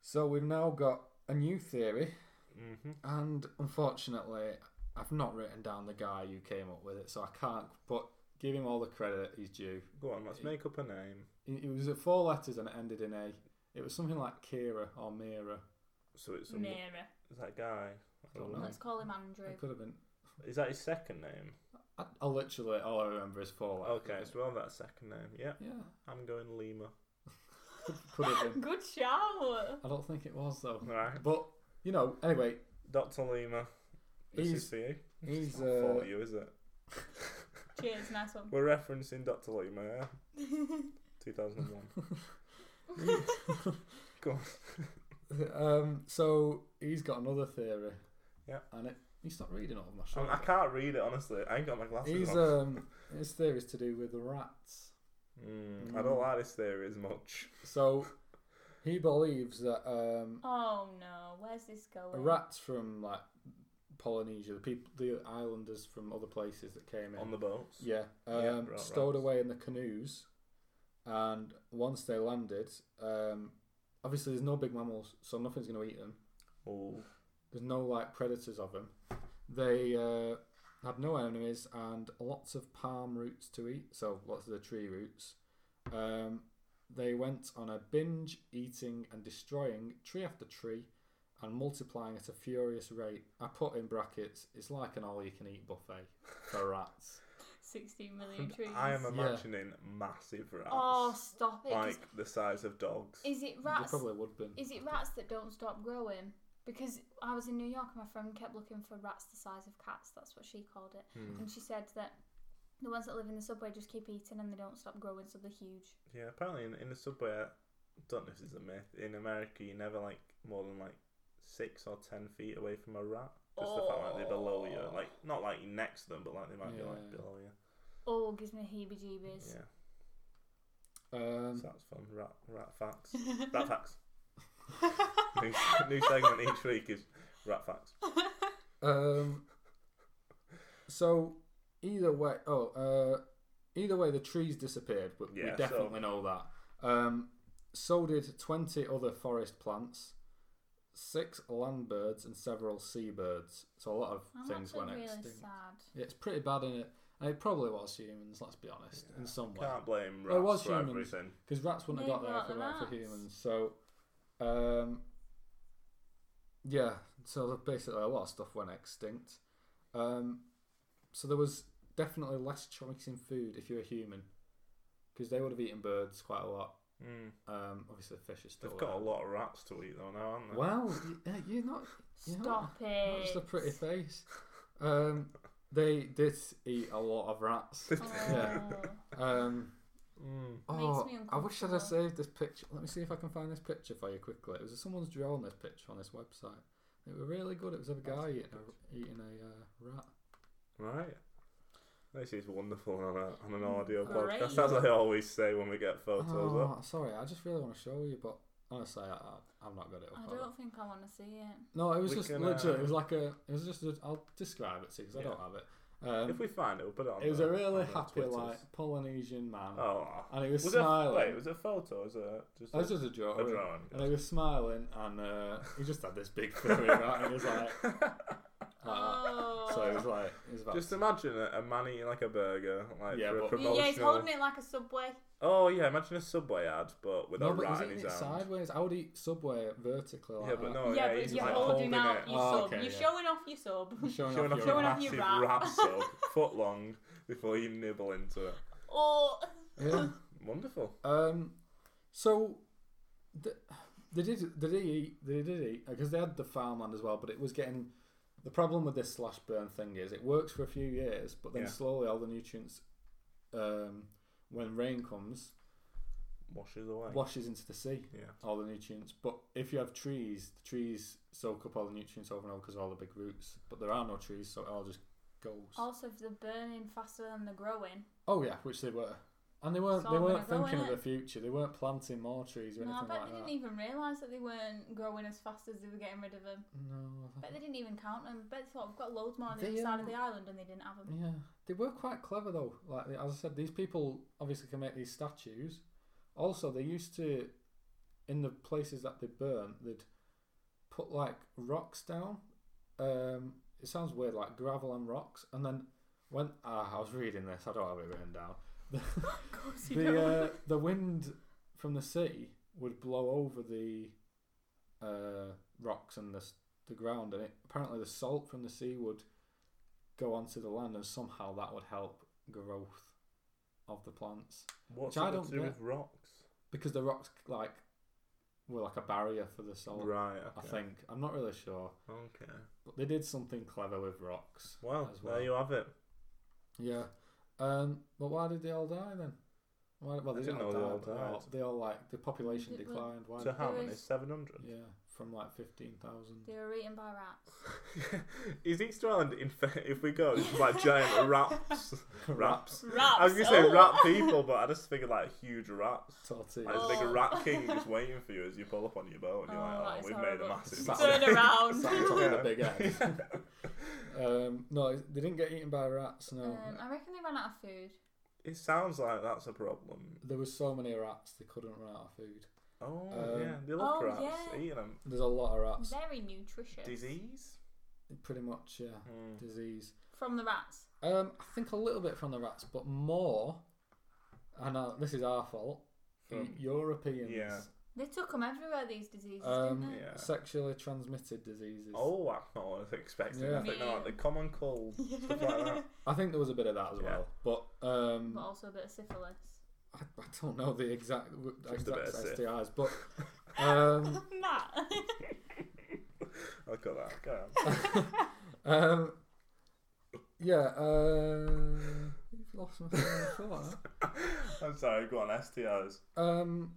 [SPEAKER 3] So we've now got a new theory,
[SPEAKER 1] Mhm.
[SPEAKER 3] and unfortunately, I've not written down the guy who came up with it, so I can't put give him all the credit he's due.
[SPEAKER 1] Go on, let's make up a name.
[SPEAKER 3] It it was at four letters and it ended in A. It was something like Kira or Mira.
[SPEAKER 1] So it's some,
[SPEAKER 2] Nearer.
[SPEAKER 1] is that guy.
[SPEAKER 3] I don't know.
[SPEAKER 2] Let's call him Andrew.
[SPEAKER 3] It could have been.
[SPEAKER 1] Is that his second name?
[SPEAKER 3] I, I literally all I remember is four letters.
[SPEAKER 1] Okay, so we'll have that second name. Yeah,
[SPEAKER 3] yeah,
[SPEAKER 1] I'm going Lima.
[SPEAKER 3] could, could have been.
[SPEAKER 2] Good shower.
[SPEAKER 3] I don't think it was though.
[SPEAKER 1] Right.
[SPEAKER 3] But you know, anyway,
[SPEAKER 1] Doctor Lima. This
[SPEAKER 3] He's-
[SPEAKER 1] is for you.
[SPEAKER 3] he's
[SPEAKER 1] Not
[SPEAKER 3] uh,
[SPEAKER 1] for you, is it?
[SPEAKER 2] Cheers, nice one.
[SPEAKER 1] We're referencing Doctor Lima. Yeah? 2001. Go on.
[SPEAKER 3] um, so he's got another theory.
[SPEAKER 1] Yeah.
[SPEAKER 3] and it, he's not reading all of my
[SPEAKER 1] I'm- I
[SPEAKER 3] shit.
[SPEAKER 1] can't read it honestly. I ain't got my glasses
[SPEAKER 3] He's
[SPEAKER 1] on.
[SPEAKER 3] um, his theory is to do with rats.
[SPEAKER 1] Mm, I don't like this theory as much.
[SPEAKER 3] So he believes that um,
[SPEAKER 2] Oh no, where's this going?
[SPEAKER 3] rats from like Polynesia, the people, the islanders from other places that came in,
[SPEAKER 1] On the boats.
[SPEAKER 3] yeah, um,
[SPEAKER 1] Yeah, rat
[SPEAKER 3] stowed
[SPEAKER 1] rats.
[SPEAKER 3] away in the canoes, and once they landed, um, obviously there's no big mammals, so nothing's going to eat them.
[SPEAKER 1] Oh.
[SPEAKER 3] There's no like predators of them. They uh, had no enemies and lots of palm roots to eat, so lots of the tree roots. Um, they went on a binge eating and destroying tree after tree and multiplying at a furious rate. I put in brackets, it's like an all you can eat buffet for rats.
[SPEAKER 2] 16 million trees.
[SPEAKER 1] I am
[SPEAKER 3] a-
[SPEAKER 1] imagining massive rats.
[SPEAKER 2] Oh, stop it. 'cause
[SPEAKER 1] like the size of dogs.
[SPEAKER 2] Is it
[SPEAKER 3] They
[SPEAKER 2] rats?
[SPEAKER 3] probably would have been.
[SPEAKER 2] Is it rats that don't stop growing? Because I was in New York and my friend kept looking for rats the size of cats. That's what she called it, and she said that the ones that live in the subway just keep eating and they don't stop growing, so they're huge.
[SPEAKER 1] Yeah, apparently in, in the subway, I don't know if this is a myth, in America you never like more than like six or ten feet away from a rat. Just the fact like they're below you. Like, not like you're next to them, but like they might be like
[SPEAKER 3] Yeah.
[SPEAKER 1] below you.
[SPEAKER 2] Oh, gives me heebie-jeebies.
[SPEAKER 1] Yeah.
[SPEAKER 3] Um,
[SPEAKER 1] So that's fun. Rat, rat facts. rat facts. new, new segment each week is rat facts.
[SPEAKER 3] Um, so either way, oh, uh, either way, the trees disappeared. But we
[SPEAKER 1] Yeah, so-
[SPEAKER 3] definitely know that. Um, so did twenty other forest plants, six land birds, and several seabirds. So a lot of
[SPEAKER 2] I'm
[SPEAKER 3] things
[SPEAKER 2] actually
[SPEAKER 3] went
[SPEAKER 2] really
[SPEAKER 3] extinct.
[SPEAKER 2] sad.
[SPEAKER 3] Yeah, it's pretty bad, in it? And it probably was humans. Let's be honest, in some way.
[SPEAKER 1] Can't blame
[SPEAKER 3] Well,
[SPEAKER 1] rats
[SPEAKER 3] it was
[SPEAKER 1] for
[SPEAKER 3] humans.
[SPEAKER 1] everything.
[SPEAKER 3] Because rats wouldn't have
[SPEAKER 2] They brought
[SPEAKER 3] got there if it
[SPEAKER 2] the
[SPEAKER 3] weren't for
[SPEAKER 2] rats.
[SPEAKER 3] humans. So, um, yeah. So basically, a lot of stuff went extinct. Um, so there was definitely less choice in food if you're a human, because they would have eaten birds quite a lot.
[SPEAKER 1] Mm.
[SPEAKER 3] Um, obviously, fish is still.
[SPEAKER 1] They've got a
[SPEAKER 3] there.
[SPEAKER 1] lot of rats to eat though now, haven't they?
[SPEAKER 3] Well, y- yeah, you're not. You're not,
[SPEAKER 2] Stop it.
[SPEAKER 3] not just a pretty face. Um, they did eat a lot of rats. Yeah.
[SPEAKER 2] Oh.
[SPEAKER 3] Um.
[SPEAKER 1] Mm.
[SPEAKER 3] Oh,
[SPEAKER 2] me
[SPEAKER 3] I wish I'd have
[SPEAKER 2] uncomfortable.
[SPEAKER 3] saved this picture. Let me see if I can find this picture for you quickly. It was someone's drawn this picture on this website. It was really good. It was of a guy eating a, eating a uh, rat.
[SPEAKER 1] Right. This is wonderful on, a, on an
[SPEAKER 3] Hmm.
[SPEAKER 1] audio
[SPEAKER 2] Great.
[SPEAKER 1] podcast, as I always say when we get photos
[SPEAKER 3] Oh,
[SPEAKER 1] up.
[SPEAKER 3] sorry, I just really want to show you, but honestly, I, I, I've not got it up.
[SPEAKER 2] I
[SPEAKER 3] have I?
[SPEAKER 2] don't think I want to see it.
[SPEAKER 3] No, it was
[SPEAKER 1] We
[SPEAKER 3] just
[SPEAKER 1] can,
[SPEAKER 3] legit.
[SPEAKER 1] uh,
[SPEAKER 3] It was like a. It was just. A, I'll describe it to you because
[SPEAKER 1] Yeah.
[SPEAKER 3] I don't have it. Um,
[SPEAKER 1] If we find it, we'll put it on.
[SPEAKER 3] it was
[SPEAKER 1] the-
[SPEAKER 3] a really
[SPEAKER 1] on the
[SPEAKER 3] happy,
[SPEAKER 1] Twitters.
[SPEAKER 3] like Polynesian man,
[SPEAKER 1] Oh,
[SPEAKER 3] and he was,
[SPEAKER 1] was it?
[SPEAKER 3] smiling.
[SPEAKER 1] Wait, was it a photo? Was it just?
[SPEAKER 3] That was just a joke.
[SPEAKER 1] a drawing,
[SPEAKER 3] And he was smiling, and uh, he just had this big furry rat, and he was like, like that.
[SPEAKER 2] Oh.
[SPEAKER 3] Uh, so he was like, he was about
[SPEAKER 1] Just imagine a, a man eating like a burger, like
[SPEAKER 3] Yeah,
[SPEAKER 1] for a
[SPEAKER 3] but-
[SPEAKER 1] promotional.
[SPEAKER 2] yeah, he's holding it like a subway.
[SPEAKER 1] Oh yeah, imagine a Subway ad, but with
[SPEAKER 3] no,
[SPEAKER 1] a
[SPEAKER 3] but
[SPEAKER 1] rat
[SPEAKER 3] he's
[SPEAKER 1] in
[SPEAKER 3] eating
[SPEAKER 1] his
[SPEAKER 3] it
[SPEAKER 1] hand.
[SPEAKER 3] sideways. I would eat Subway vertically like
[SPEAKER 1] Oh, Yeah, but
[SPEAKER 3] that.
[SPEAKER 1] no,
[SPEAKER 2] yeah,
[SPEAKER 1] he's
[SPEAKER 2] but you're
[SPEAKER 1] like
[SPEAKER 2] holding, out
[SPEAKER 1] it.
[SPEAKER 2] your
[SPEAKER 3] Oh,
[SPEAKER 2] sub.
[SPEAKER 3] okay,
[SPEAKER 2] you're
[SPEAKER 3] yeah.
[SPEAKER 2] showing off your sub.
[SPEAKER 3] Showing,
[SPEAKER 1] Showing
[SPEAKER 3] off
[SPEAKER 1] off your
[SPEAKER 2] Showing
[SPEAKER 3] your rat.
[SPEAKER 2] off
[SPEAKER 1] massive
[SPEAKER 2] your
[SPEAKER 1] rat,
[SPEAKER 2] rat.
[SPEAKER 1] sub, foot long, before you nibble into it.
[SPEAKER 2] oh,
[SPEAKER 3] Yeah.
[SPEAKER 1] Wonderful.
[SPEAKER 3] Um, so th- they did they did eat they did eat because they had the farmland as well, but it was getting the problem with this slash burn thing is it works for a few years, but then
[SPEAKER 1] Yeah.
[SPEAKER 3] slowly all the nutrients, um, when rain comes,
[SPEAKER 1] Washes away.
[SPEAKER 3] washes into the sea.
[SPEAKER 1] Yeah.
[SPEAKER 3] all the nutrients. But if you have trees, the trees soak up all the nutrients over and over because of all the big roots. But there are no trees, so it all just goes.
[SPEAKER 2] also if they're burning faster than they're growing.
[SPEAKER 3] Oh yeah, which they were, and they weren't.
[SPEAKER 2] So
[SPEAKER 3] they
[SPEAKER 2] I'm gonna
[SPEAKER 3] weren't
[SPEAKER 2] go
[SPEAKER 3] thinking
[SPEAKER 2] in
[SPEAKER 3] of the
[SPEAKER 2] it.
[SPEAKER 3] future. They weren't planting more trees or
[SPEAKER 2] No, I
[SPEAKER 3] anything
[SPEAKER 2] bet
[SPEAKER 3] like
[SPEAKER 2] they
[SPEAKER 3] that.
[SPEAKER 2] didn't even realise that they weren't growing as fast as they were getting rid of them.
[SPEAKER 3] No. I
[SPEAKER 2] e- Bet
[SPEAKER 1] Oh.
[SPEAKER 3] think-
[SPEAKER 2] they didn't even count them. Bet they thought we've got loads more on the
[SPEAKER 3] They,
[SPEAKER 2] other side of
[SPEAKER 3] um,
[SPEAKER 2] the island, and they didn't have them.
[SPEAKER 3] Yeah, they were quite clever though. Like as I said, these people obviously can make these statues. Also, they used to, in the places that they burn, they'd put like rocks down. Um, it sounds weird, like gravel and rocks, and then when ah, I was reading this, I don't have it written down.
[SPEAKER 2] Of course you
[SPEAKER 3] the
[SPEAKER 2] don't.
[SPEAKER 3] uh, the wind from the sea would blow over the uh, rocks and the s- the ground, and it, apparently the salt from the sea would go onto the land, and somehow that would help growth of the plants
[SPEAKER 1] What's
[SPEAKER 3] Which I
[SPEAKER 1] it got
[SPEAKER 3] don't
[SPEAKER 1] to do
[SPEAKER 3] get.
[SPEAKER 1] with rocks?
[SPEAKER 3] because the rocks like were like a barrier for the salt.
[SPEAKER 1] Right.
[SPEAKER 3] I
[SPEAKER 1] Okay.
[SPEAKER 3] think I'm not really sure,
[SPEAKER 1] Okay.
[SPEAKER 3] but they did something clever with rocks.
[SPEAKER 1] Well,
[SPEAKER 3] as
[SPEAKER 1] there you have it.
[SPEAKER 3] Yeah. Um, but why did they all die then? Why, well, they
[SPEAKER 1] I
[SPEAKER 3] didn't, all die. but They all,
[SPEAKER 1] died.
[SPEAKER 3] they all like the population
[SPEAKER 2] Did- well,
[SPEAKER 3] declined. Why?
[SPEAKER 1] So how
[SPEAKER 2] There
[SPEAKER 1] many?
[SPEAKER 2] is-
[SPEAKER 1] Seven hundred.
[SPEAKER 3] yeah, from like fifteen thousand.
[SPEAKER 2] They were eaten by rats.
[SPEAKER 1] Is Easter Island in fact, if we go, it's like giant raps. raps.
[SPEAKER 2] Rats. Oh.
[SPEAKER 1] I was gonna say rat people, but I just figured like huge rats.
[SPEAKER 3] Tortillas.
[SPEAKER 1] Like
[SPEAKER 2] Oh.
[SPEAKER 1] a big rat king just waiting for you as you pull up on your boat and you're like,
[SPEAKER 2] Oh, that
[SPEAKER 1] oh,
[SPEAKER 2] is
[SPEAKER 1] we've made a
[SPEAKER 2] horrible.
[SPEAKER 1] massive
[SPEAKER 3] Sat-
[SPEAKER 1] mistake."
[SPEAKER 2] Turn around.
[SPEAKER 3] Sat on top of the big
[SPEAKER 1] Yeah.
[SPEAKER 3] eggs. Um, no, they didn't get eaten by rats. No,
[SPEAKER 2] Um, I reckon they ran out of food.
[SPEAKER 1] It sounds like that's a problem.
[SPEAKER 3] there were so many rats they couldn't run out of food.
[SPEAKER 1] Oh
[SPEAKER 3] Um,
[SPEAKER 1] yeah, they love
[SPEAKER 2] Oh,
[SPEAKER 1] rats.
[SPEAKER 2] yeah.
[SPEAKER 1] Eating them.
[SPEAKER 3] There's a lot of rats.
[SPEAKER 2] Very nutritious.
[SPEAKER 1] Disease.
[SPEAKER 3] Pretty much, yeah,
[SPEAKER 1] Hmm.
[SPEAKER 3] disease.
[SPEAKER 2] From the rats.
[SPEAKER 3] Um, I think a little bit from the rats, but more. I know this is our fault. Mm,
[SPEAKER 1] From-
[SPEAKER 3] Europeans.
[SPEAKER 1] Yeah.
[SPEAKER 2] They took them everywhere, these diseases,
[SPEAKER 3] Um,
[SPEAKER 2] didn't they?
[SPEAKER 1] Yeah.
[SPEAKER 3] Sexually transmitted diseases.
[SPEAKER 1] Oh, I not what I was expecting.
[SPEAKER 3] Yeah.
[SPEAKER 1] I think no, like the common cold stuff like that.
[SPEAKER 3] I think there was a bit of that as
[SPEAKER 1] Yeah.
[SPEAKER 3] well, but um,
[SPEAKER 2] But also a bit of syphilis.
[SPEAKER 3] I, I don't know the exact
[SPEAKER 1] Just a
[SPEAKER 3] exact
[SPEAKER 1] bit of sip.
[SPEAKER 3] STIs, but um,
[SPEAKER 2] Matt.
[SPEAKER 1] I'll cut that. Go on.
[SPEAKER 3] um, yeah, um, you've lost my train of thought.
[SPEAKER 1] I'm sorry. Go on. STIs.
[SPEAKER 3] Um,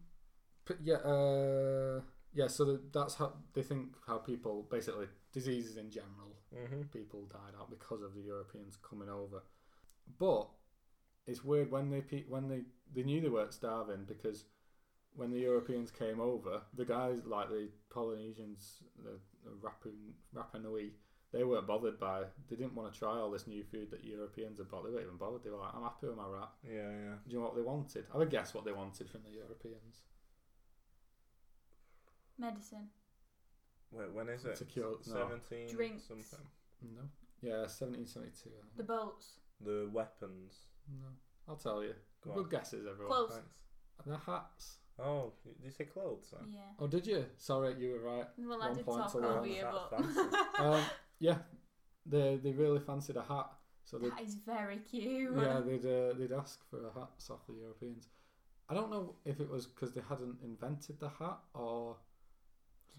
[SPEAKER 3] but yeah, uh, yeah. So that, that's how they think how people basically diseases in general
[SPEAKER 1] Mm-hmm.
[SPEAKER 3] people died out because of the Europeans coming over. But it's weird when they pe- when they they knew they weren't starving because when the Europeans came over, the guys like the Polynesians, the, the Rapu, Rapa Nui, they weren't bothered by. They didn't want to try all this new food that Europeans had bought. They weren't even bothered. They were like, "I'm happy with my wrap."
[SPEAKER 1] Yeah, yeah.
[SPEAKER 3] Do you know what they wanted? I would guess what they wanted from the Europeans.
[SPEAKER 2] Medicine.
[SPEAKER 1] Wait, when is it?
[SPEAKER 3] It's a cure- no.
[SPEAKER 1] Seventeen
[SPEAKER 2] Drinks.
[SPEAKER 1] something.
[SPEAKER 3] No. Yeah, 1772. I think.
[SPEAKER 2] The boats.
[SPEAKER 1] The weapons.
[SPEAKER 3] No, I'll tell you.
[SPEAKER 1] Go
[SPEAKER 3] Good
[SPEAKER 1] on.
[SPEAKER 3] guesses, everyone.
[SPEAKER 2] Clothes.
[SPEAKER 1] Thanks.
[SPEAKER 3] The hats.
[SPEAKER 1] Oh, did you say clothes? Then?
[SPEAKER 2] Yeah.
[SPEAKER 3] Oh, did you? Sorry, you were right.
[SPEAKER 2] Well, I
[SPEAKER 3] One
[SPEAKER 2] did
[SPEAKER 3] point
[SPEAKER 2] talk
[SPEAKER 3] to one.
[SPEAKER 2] over you,
[SPEAKER 1] That's
[SPEAKER 2] but
[SPEAKER 3] um, yeah, they they really fancied a hat, so they
[SPEAKER 2] that is very cute.
[SPEAKER 3] yeah they'd uh, they'd ask for a hats off the Europeans. I don't know if it was because they hadn't invented the hat or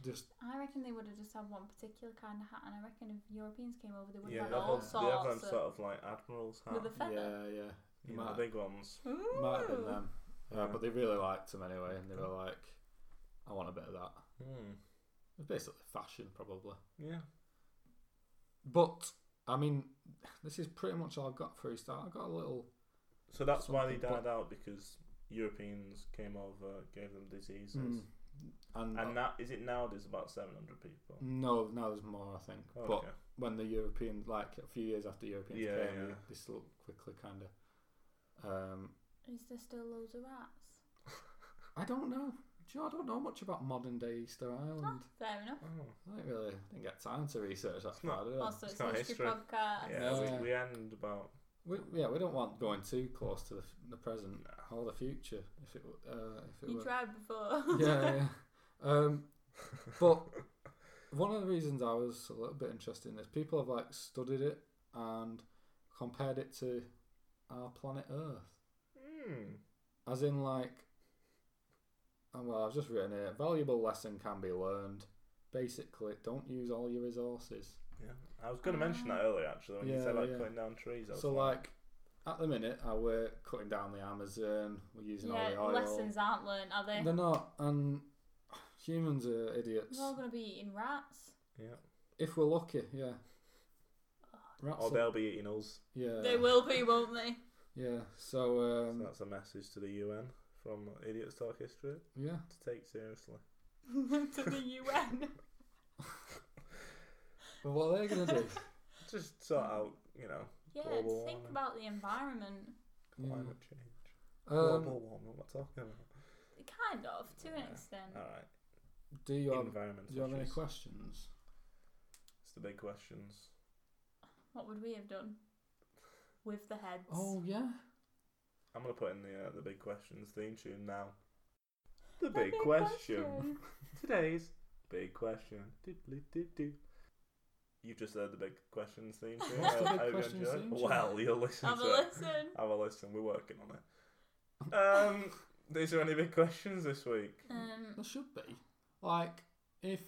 [SPEAKER 3] just
[SPEAKER 2] I reckon they would have just had one particular kind of hat, and I reckon if Europeans came over, they would
[SPEAKER 1] Yeah,
[SPEAKER 2] have
[SPEAKER 1] they
[SPEAKER 2] had all
[SPEAKER 1] have, they have them
[SPEAKER 2] sorts
[SPEAKER 1] sort
[SPEAKER 2] of,
[SPEAKER 1] of like admirals hat.
[SPEAKER 2] with a
[SPEAKER 3] yeah
[SPEAKER 2] feather.
[SPEAKER 3] yeah
[SPEAKER 1] You know,
[SPEAKER 3] might,
[SPEAKER 1] the big ones.
[SPEAKER 2] Ooh.
[SPEAKER 3] might have been them. Yeah,
[SPEAKER 1] Yeah.
[SPEAKER 3] but they really liked them anyway, and they were like, I want a bit of that.
[SPEAKER 1] Hmm.
[SPEAKER 3] It's basically fashion probably.
[SPEAKER 1] Yeah.
[SPEAKER 3] But I mean, this is pretty much all I've got for a start. I've got a little
[SPEAKER 1] So that's why they
[SPEAKER 3] Something,
[SPEAKER 1] died out because Europeans came over, gave them diseases,
[SPEAKER 3] mm, and,
[SPEAKER 1] and that is it now. There's about seven hundred people.
[SPEAKER 3] no, no, there's more I think,
[SPEAKER 1] Oh,
[SPEAKER 3] but.
[SPEAKER 1] okay.
[SPEAKER 3] when the Europeans, like a few years after Europeans
[SPEAKER 1] Yeah,
[SPEAKER 3] came,
[SPEAKER 1] yeah.
[SPEAKER 3] this little quickly kind of. Um,
[SPEAKER 2] Is there still loads of rats?
[SPEAKER 3] I don't know. Do you know, I don't know much about modern day Easter Island.
[SPEAKER 2] Fair enough.
[SPEAKER 1] Oh.
[SPEAKER 3] I didn't really didn't get time to research that far, did I?
[SPEAKER 2] Also,
[SPEAKER 1] It's
[SPEAKER 2] it's,
[SPEAKER 1] not
[SPEAKER 2] a
[SPEAKER 1] history.
[SPEAKER 2] history podcast.
[SPEAKER 1] Yeah,
[SPEAKER 3] Yeah.
[SPEAKER 1] We, we end about
[SPEAKER 3] We, yeah, we don't want going too close to the, f- the present
[SPEAKER 1] Nah.
[SPEAKER 3] or the future. If it, w- uh, if it
[SPEAKER 2] You
[SPEAKER 3] were.
[SPEAKER 2] tried before.
[SPEAKER 3] yeah, yeah. Um, but one of the reasons I was a little bit interested in this, people have like studied it and compared it to our planet Earth.
[SPEAKER 1] Hmm.
[SPEAKER 3] As in, like, oh, well, I've just written it. Valuable lesson can be learned. Basically, don't use all your resources.
[SPEAKER 1] Yeah, I was going to mention that earlier actually when you
[SPEAKER 3] Yeah,
[SPEAKER 1] said like
[SPEAKER 3] yeah.
[SPEAKER 1] cutting down trees. I was
[SPEAKER 3] So, like, at the minute, uh, we're cutting down the Amazon. We're using all
[SPEAKER 2] Yeah,
[SPEAKER 3] the oil.
[SPEAKER 2] lessons aren't learned, are they?
[SPEAKER 3] They're not, and humans are idiots.
[SPEAKER 2] We're all going to be eating rats.
[SPEAKER 1] yeah,
[SPEAKER 3] If we're lucky, yeah. Rats.
[SPEAKER 1] or
[SPEAKER 3] are-
[SPEAKER 1] oh, they'll be eating us.
[SPEAKER 3] yeah.
[SPEAKER 2] Oh, They will be, won't they?
[SPEAKER 3] Yeah. So,
[SPEAKER 1] So
[SPEAKER 3] um,
[SPEAKER 1] that's a message to the UN from Idiots Talk History
[SPEAKER 3] yeah.
[SPEAKER 1] to take seriously.
[SPEAKER 2] to the UN.
[SPEAKER 3] But what are they gonna do?
[SPEAKER 1] Just sort
[SPEAKER 3] Hmm.
[SPEAKER 1] out, you know,
[SPEAKER 2] Yeah,
[SPEAKER 1] Global
[SPEAKER 2] think
[SPEAKER 1] warming.
[SPEAKER 2] about the environment.
[SPEAKER 3] Yeah.
[SPEAKER 1] climate change,
[SPEAKER 3] Um,
[SPEAKER 1] global warming. What talking about?
[SPEAKER 2] Kind of, to an
[SPEAKER 1] Yeah.
[SPEAKER 2] extent.
[SPEAKER 1] All right,
[SPEAKER 3] do you have
[SPEAKER 1] environment.
[SPEAKER 3] do you have any
[SPEAKER 1] issues.
[SPEAKER 3] questions?
[SPEAKER 1] It's the big questions.
[SPEAKER 2] What would we have done? With the heads.
[SPEAKER 3] Oh yeah.
[SPEAKER 1] I'm gonna put in the uh, the big questions theme tune now. The big, question. Today's big question. Diddly-doo-doo. You've just heard the big questions theme tune.
[SPEAKER 3] What's the
[SPEAKER 1] I-
[SPEAKER 3] big
[SPEAKER 1] I hope you
[SPEAKER 3] questions
[SPEAKER 1] enjoyed.
[SPEAKER 3] theme tune?
[SPEAKER 1] Well, you'll listen
[SPEAKER 2] Have a
[SPEAKER 1] to it.
[SPEAKER 2] listen.
[SPEAKER 1] Have a listen. We're working on it. Um, is there any big questions this week?
[SPEAKER 2] Um,
[SPEAKER 3] There should be. Like, if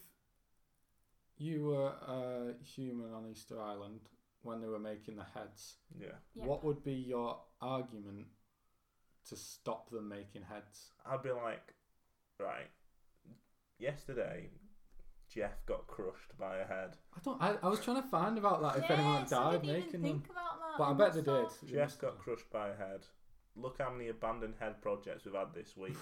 [SPEAKER 3] you were a human on Easter Island when they were making the heads,
[SPEAKER 1] Yeah,
[SPEAKER 2] Yeah.
[SPEAKER 3] what would be your argument to stop them making heads?
[SPEAKER 1] I'd be like, right. Yesterday, Jeff got crushed by a head.
[SPEAKER 3] I don't. I, I was trying to find about that if anyone
[SPEAKER 2] yes, I
[SPEAKER 3] died
[SPEAKER 2] didn't even
[SPEAKER 3] making them,
[SPEAKER 2] think about that.
[SPEAKER 3] but I
[SPEAKER 2] I'm
[SPEAKER 3] bet they
[SPEAKER 2] so-
[SPEAKER 3] did. They
[SPEAKER 1] Jeff
[SPEAKER 3] must
[SPEAKER 1] got
[SPEAKER 3] have.
[SPEAKER 1] crushed by a head. Look how many abandoned head projects we've had this week.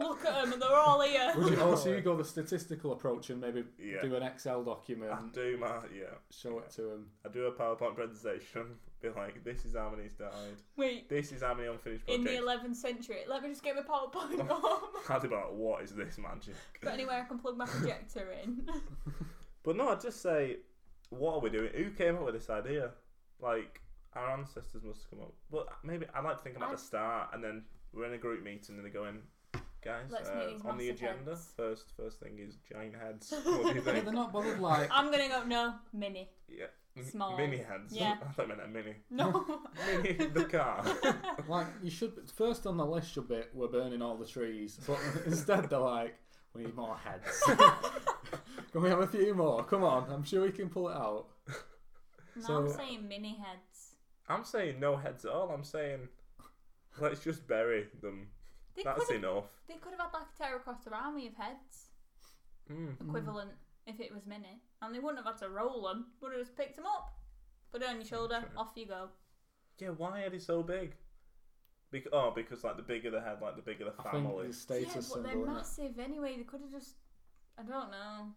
[SPEAKER 2] Look at them, and they're all here.
[SPEAKER 3] Would you also you go the statistical approach and maybe
[SPEAKER 1] Yeah.
[SPEAKER 3] do an Excel document,
[SPEAKER 1] I do my yeah.
[SPEAKER 3] show it to them?
[SPEAKER 1] I do a PowerPoint presentation. Be like, this is how many's died.
[SPEAKER 2] Wait,
[SPEAKER 1] This is how many unfinished
[SPEAKER 2] in
[SPEAKER 1] projects.
[SPEAKER 2] the 11th century. Let me just get my PowerPoint on.
[SPEAKER 1] I'd be like, what is this magic?
[SPEAKER 2] But anyway, I can plug my projector in.
[SPEAKER 1] But no, I'd just say, what are we doing? Who came up with this idea? Like, our ancestors must have come up. But maybe I'd like to think about
[SPEAKER 2] I-
[SPEAKER 1] the start, and then we're in a group meeting, and they're going, guys,
[SPEAKER 2] Let's
[SPEAKER 1] uh,
[SPEAKER 2] make these
[SPEAKER 1] on the
[SPEAKER 2] massive
[SPEAKER 1] agenda,
[SPEAKER 2] heads."
[SPEAKER 1] first first thing is giant heads. What do you
[SPEAKER 3] Yeah,
[SPEAKER 1] think?
[SPEAKER 3] they're not bothered. Like,
[SPEAKER 2] I'm gonna go, no, mini.
[SPEAKER 1] yeah. M-
[SPEAKER 2] Small.
[SPEAKER 1] Mini heads.
[SPEAKER 2] Yeah.
[SPEAKER 1] I thought you meant a mini.
[SPEAKER 2] No.
[SPEAKER 1] Mini the car.
[SPEAKER 3] Like you should first on the list should be we're burning all the trees, but instead they're like we need more heads. can we have a few more? Come on, I'm sure we can pull it out.
[SPEAKER 2] No,
[SPEAKER 3] So-
[SPEAKER 2] I'm saying mini heads.
[SPEAKER 1] I'm saying no heads at all. I'm saying let's just bury them.
[SPEAKER 2] They
[SPEAKER 1] That's
[SPEAKER 2] could have,
[SPEAKER 1] enough.
[SPEAKER 2] they could have had like a terracotta army of heads
[SPEAKER 1] Mm.
[SPEAKER 2] equivalent if it was mini, and they wouldn't have had to roll them. Would have just picked them up, put it on your shoulder, off you go.
[SPEAKER 1] Yeah, why are they so big? Bec- oh, because like the bigger the head, like the bigger the
[SPEAKER 3] I think
[SPEAKER 1] family.
[SPEAKER 3] the
[SPEAKER 2] Yeah,
[SPEAKER 3] status
[SPEAKER 2] but they're
[SPEAKER 3] symbol. innit?
[SPEAKER 2] massive anyway. They could have just. I don't know.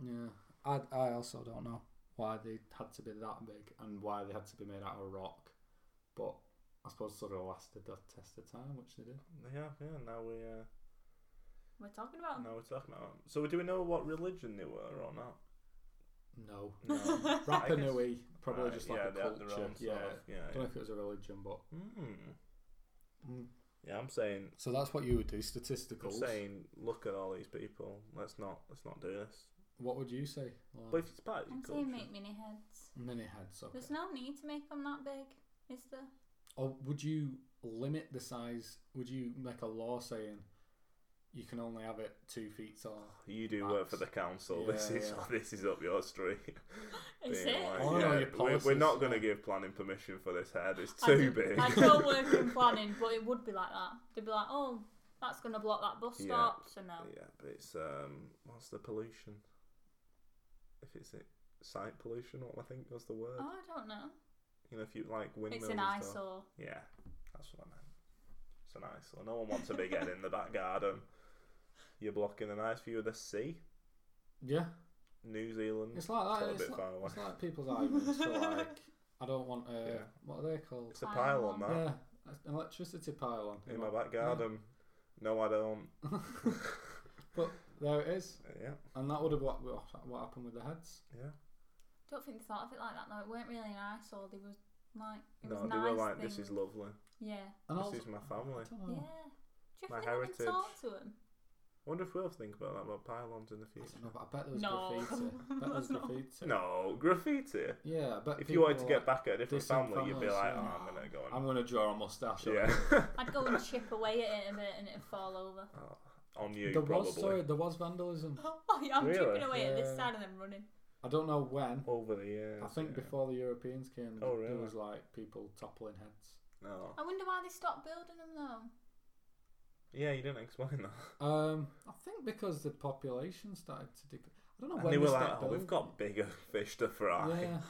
[SPEAKER 3] Yeah, I I also don't know why they had to be that big and why they had to be made out of rock, but I suppose sort of lasted the test of time, which they did.
[SPEAKER 1] Yeah, yeah. Now we uh,
[SPEAKER 2] We're talking about.
[SPEAKER 1] now we're talking about. 'em. So do we know what religion they were or not?
[SPEAKER 3] No,
[SPEAKER 1] No.
[SPEAKER 3] Rapa
[SPEAKER 1] I guess-
[SPEAKER 3] Nui probably
[SPEAKER 1] Right,
[SPEAKER 3] just like
[SPEAKER 1] yeah,
[SPEAKER 3] a
[SPEAKER 1] they had their
[SPEAKER 3] culture.
[SPEAKER 1] own sort
[SPEAKER 3] Yeah,
[SPEAKER 1] of- yeah,
[SPEAKER 3] I don't know if it was a religion, but
[SPEAKER 1] Hmm.
[SPEAKER 3] Mm.
[SPEAKER 1] Yeah, I'm saying.
[SPEAKER 3] so that's what you would do.
[SPEAKER 1] I'm
[SPEAKER 3] Statisticals.
[SPEAKER 1] saying, look at all these people. Let's not. Let's not do this.
[SPEAKER 3] What would you say? Like,
[SPEAKER 1] But if it's part of your
[SPEAKER 2] I'm
[SPEAKER 1] culture,
[SPEAKER 2] saying make mini heads.
[SPEAKER 3] mini heads. Okay.
[SPEAKER 2] There's no need to make them that big, is there?
[SPEAKER 3] Or would you limit the size? Would you make a law saying you can only have it two feet tall?
[SPEAKER 1] you do work for the
[SPEAKER 3] That's-
[SPEAKER 1] council.
[SPEAKER 3] yeah,
[SPEAKER 1] this is
[SPEAKER 3] yeah.
[SPEAKER 1] this is up your street.
[SPEAKER 2] Is
[SPEAKER 1] Being
[SPEAKER 2] it?
[SPEAKER 1] like,
[SPEAKER 3] I wanna know
[SPEAKER 1] yeah,
[SPEAKER 3] your
[SPEAKER 1] we- we're
[SPEAKER 3] policies,
[SPEAKER 1] not going to
[SPEAKER 3] yeah.
[SPEAKER 1] give planning permission for this head. It's
[SPEAKER 2] I
[SPEAKER 1] too
[SPEAKER 2] don't-
[SPEAKER 1] big.
[SPEAKER 2] I don't work in planning, but it would be like that. They'd be like, oh, that's going to block that bus
[SPEAKER 1] Yeah.
[SPEAKER 2] stop, so no.
[SPEAKER 1] Yeah, but it's um, what's the pollution? If it's it, site pollution, what I think was the word.
[SPEAKER 2] Oh, I don't know.
[SPEAKER 1] You know, if you like windmills.
[SPEAKER 2] It's an
[SPEAKER 1] and stuff.
[SPEAKER 2] eyesore.
[SPEAKER 1] Yeah, that's what I meant. It's an eyesore. No one wants a big head in the back garden. You're blocking a nice view of the sea.
[SPEAKER 3] Yeah,
[SPEAKER 1] New Zealand.
[SPEAKER 3] it's like
[SPEAKER 1] Got
[SPEAKER 3] that.
[SPEAKER 1] Mm. a
[SPEAKER 3] It's,
[SPEAKER 1] bit
[SPEAKER 3] like,
[SPEAKER 1] far away.
[SPEAKER 3] it's like people's arguments for like I don't want uh,
[SPEAKER 1] Yeah.
[SPEAKER 3] what are they called?
[SPEAKER 1] It's a pile on that
[SPEAKER 3] yeah, an electricity pylon
[SPEAKER 1] in my back garden. No, I don't.
[SPEAKER 3] But there it is,
[SPEAKER 1] Yeah,
[SPEAKER 3] and that would have what what what happened with the heads.
[SPEAKER 1] yeah.
[SPEAKER 2] Don't think they thought of it like that, though. It weren't really an eyesore. They was like, it
[SPEAKER 1] No,
[SPEAKER 2] was
[SPEAKER 1] they
[SPEAKER 2] nice
[SPEAKER 1] were like,
[SPEAKER 2] thing.
[SPEAKER 1] "This is lovely.
[SPEAKER 2] Yeah.
[SPEAKER 3] And
[SPEAKER 1] This
[SPEAKER 3] also,
[SPEAKER 1] is my family."
[SPEAKER 3] I don't
[SPEAKER 2] Yeah.
[SPEAKER 3] know.
[SPEAKER 2] Do you
[SPEAKER 1] My
[SPEAKER 2] think they would
[SPEAKER 1] heritage.
[SPEAKER 2] talk to him?
[SPEAKER 1] Wonder if we'll think about that about pylons in the
[SPEAKER 3] I
[SPEAKER 1] future.
[SPEAKER 3] don't know, but I bet there was
[SPEAKER 2] No.
[SPEAKER 3] graffiti. I bet there was
[SPEAKER 2] That's not-
[SPEAKER 3] graffiti.
[SPEAKER 1] No, graffiti.
[SPEAKER 3] Yeah, but
[SPEAKER 1] If you wanted to
[SPEAKER 3] people
[SPEAKER 1] get
[SPEAKER 3] were like,
[SPEAKER 1] back at a different
[SPEAKER 3] "Distant
[SPEAKER 1] family, you'd be
[SPEAKER 3] families,
[SPEAKER 1] like,
[SPEAKER 3] yeah.
[SPEAKER 1] oh, I'm gonna go
[SPEAKER 3] I'm
[SPEAKER 1] on.
[SPEAKER 3] gonna draw a mustache. on it."
[SPEAKER 1] yeah,
[SPEAKER 2] I'd go and chip away at it a bit and it'd fall over.
[SPEAKER 1] on you
[SPEAKER 3] There
[SPEAKER 1] probably
[SPEAKER 3] was sorry, there was vandalism.
[SPEAKER 2] Oh, yeah, I'm
[SPEAKER 1] Really?
[SPEAKER 2] chipping away at
[SPEAKER 3] Yeah.
[SPEAKER 2] this side and then running.
[SPEAKER 3] I don't know when.
[SPEAKER 1] over the years.
[SPEAKER 3] I think
[SPEAKER 1] yeah.
[SPEAKER 3] before the Europeans came,
[SPEAKER 1] Oh,
[SPEAKER 3] there
[SPEAKER 1] really?
[SPEAKER 3] was like people toppling heads.
[SPEAKER 1] No.
[SPEAKER 2] I wonder why they stopped building them, though.
[SPEAKER 1] Yeah, you didn't explain that.
[SPEAKER 3] Um, I think because the population started to decrease. I don't know
[SPEAKER 1] and
[SPEAKER 3] when
[SPEAKER 1] they were
[SPEAKER 3] they
[SPEAKER 1] like,
[SPEAKER 3] stopped
[SPEAKER 1] oh, we've
[SPEAKER 3] building.
[SPEAKER 1] got bigger fish to fry,
[SPEAKER 3] Yeah,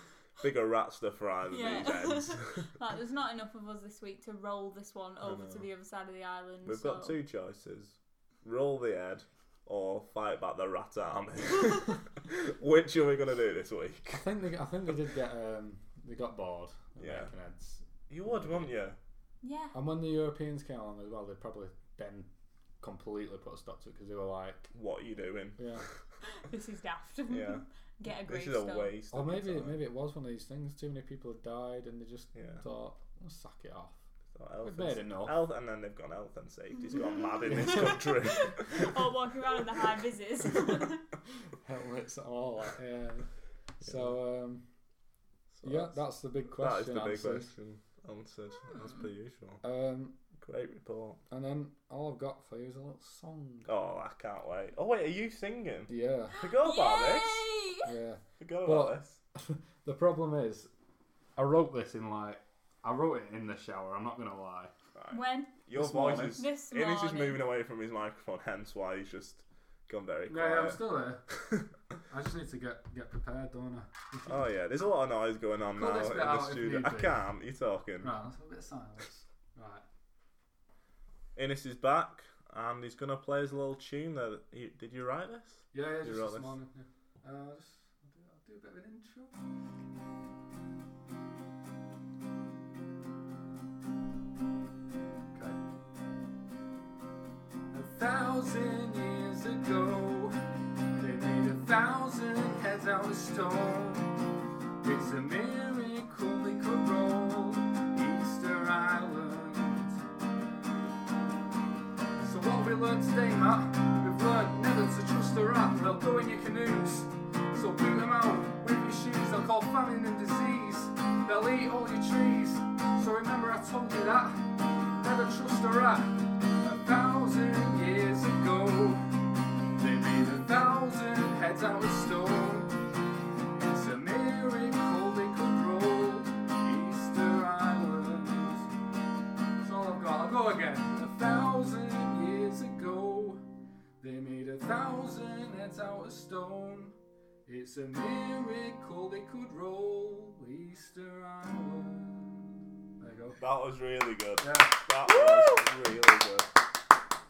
[SPEAKER 1] bigger rats to fry than
[SPEAKER 2] Yeah.
[SPEAKER 1] these heads.
[SPEAKER 2] Like, there's not enough of us this week to roll this one over to
[SPEAKER 1] know.
[SPEAKER 2] the other side of the island.
[SPEAKER 1] we've
[SPEAKER 2] so.
[SPEAKER 1] got two choices: roll the head or fight back the rat army. Which are we gonna do this week?
[SPEAKER 3] I think they, I think they did get um, they got bored. of
[SPEAKER 1] Yeah.
[SPEAKER 3] making heads.
[SPEAKER 1] You would, wouldn't you?
[SPEAKER 2] Yeah.
[SPEAKER 3] And when the Europeans came along as well, they probably then completely put a stop to it because they were like,
[SPEAKER 1] What are you doing?
[SPEAKER 3] yeah.
[SPEAKER 2] This is daft.
[SPEAKER 1] Yeah.
[SPEAKER 2] Get a
[SPEAKER 1] This
[SPEAKER 2] gravestone.
[SPEAKER 1] is a waste.
[SPEAKER 3] Or
[SPEAKER 1] of my
[SPEAKER 3] maybe
[SPEAKER 1] time.
[SPEAKER 3] maybe it was one of these things. Too many people had died, and they just
[SPEAKER 1] Yeah.
[SPEAKER 3] thought, "Well, sack it off."
[SPEAKER 1] So health
[SPEAKER 3] We've
[SPEAKER 1] and
[SPEAKER 3] made
[SPEAKER 1] sa-
[SPEAKER 3] enough.
[SPEAKER 1] Health, and then they've gone health and safety's gone mad in this country.
[SPEAKER 2] or Oh, walking around with the high vises.
[SPEAKER 3] Helmets and all that. Yeah. So um,
[SPEAKER 1] So
[SPEAKER 3] yeah,
[SPEAKER 1] that's-
[SPEAKER 3] that's the big question.
[SPEAKER 1] that is the big
[SPEAKER 3] answered.
[SPEAKER 1] question answered as per usual.
[SPEAKER 3] Um,
[SPEAKER 1] Great report.
[SPEAKER 3] and then all I've got for you is a little song.
[SPEAKER 1] Oh, I can't wait. Oh wait, are you singing?
[SPEAKER 3] Yeah,
[SPEAKER 1] Forgot about this.
[SPEAKER 2] Yay!
[SPEAKER 3] yeah.
[SPEAKER 1] Forgot
[SPEAKER 3] Well-
[SPEAKER 1] about this.
[SPEAKER 3] The problem is, I wrote this in like, I wrote it in the shower. I'm not gonna lie.
[SPEAKER 2] When?
[SPEAKER 1] Your
[SPEAKER 3] This
[SPEAKER 1] voice
[SPEAKER 3] morning.
[SPEAKER 1] is.
[SPEAKER 2] This
[SPEAKER 1] Innes is
[SPEAKER 2] morning.
[SPEAKER 1] moving away from his microphone, hence why he's just gone very
[SPEAKER 3] Yeah,
[SPEAKER 1] quiet.
[SPEAKER 3] I'm still here. I just need to get get prepared, don't I?
[SPEAKER 1] oh yeah, there's a lot of noise going on
[SPEAKER 3] Cut
[SPEAKER 1] now
[SPEAKER 3] this
[SPEAKER 1] in
[SPEAKER 3] bit
[SPEAKER 1] the
[SPEAKER 3] out if
[SPEAKER 1] studio.
[SPEAKER 3] need
[SPEAKER 1] I
[SPEAKER 3] be.
[SPEAKER 1] can't. You're talking.
[SPEAKER 3] Right, let's have a bit of silence. Right.
[SPEAKER 1] Innes is back, and he's gonna play his little tune. That you, did you write this?
[SPEAKER 3] Yeah, yeah,
[SPEAKER 1] You
[SPEAKER 3] just
[SPEAKER 1] wrote
[SPEAKER 3] this
[SPEAKER 1] this?
[SPEAKER 3] morning. Yeah. Uh, I'll just I'll do, I'll do a bit of an intro. Okay. A thousand years ago, they made a thousand heads out of stone. It's a miracle they could roll Easter Island. So what we learned today, Matt, we've learned never to trust a rat. They'll go in your canoes. So boot them out with your shoes. They'll call famine and disease. They'll eat all your trees. So remember I told you that. Never trust a rat. A thousand years ago, they made a thousand heads out of stone. It's a miracle they could roll Easter Island. That's all I've got. I'll go again. A thousand years ago, they made a thousand heads out of stone. It's a miracle they could roll Easter Island. There you go.
[SPEAKER 1] That was really good.
[SPEAKER 3] Yeah.
[SPEAKER 1] That was really good.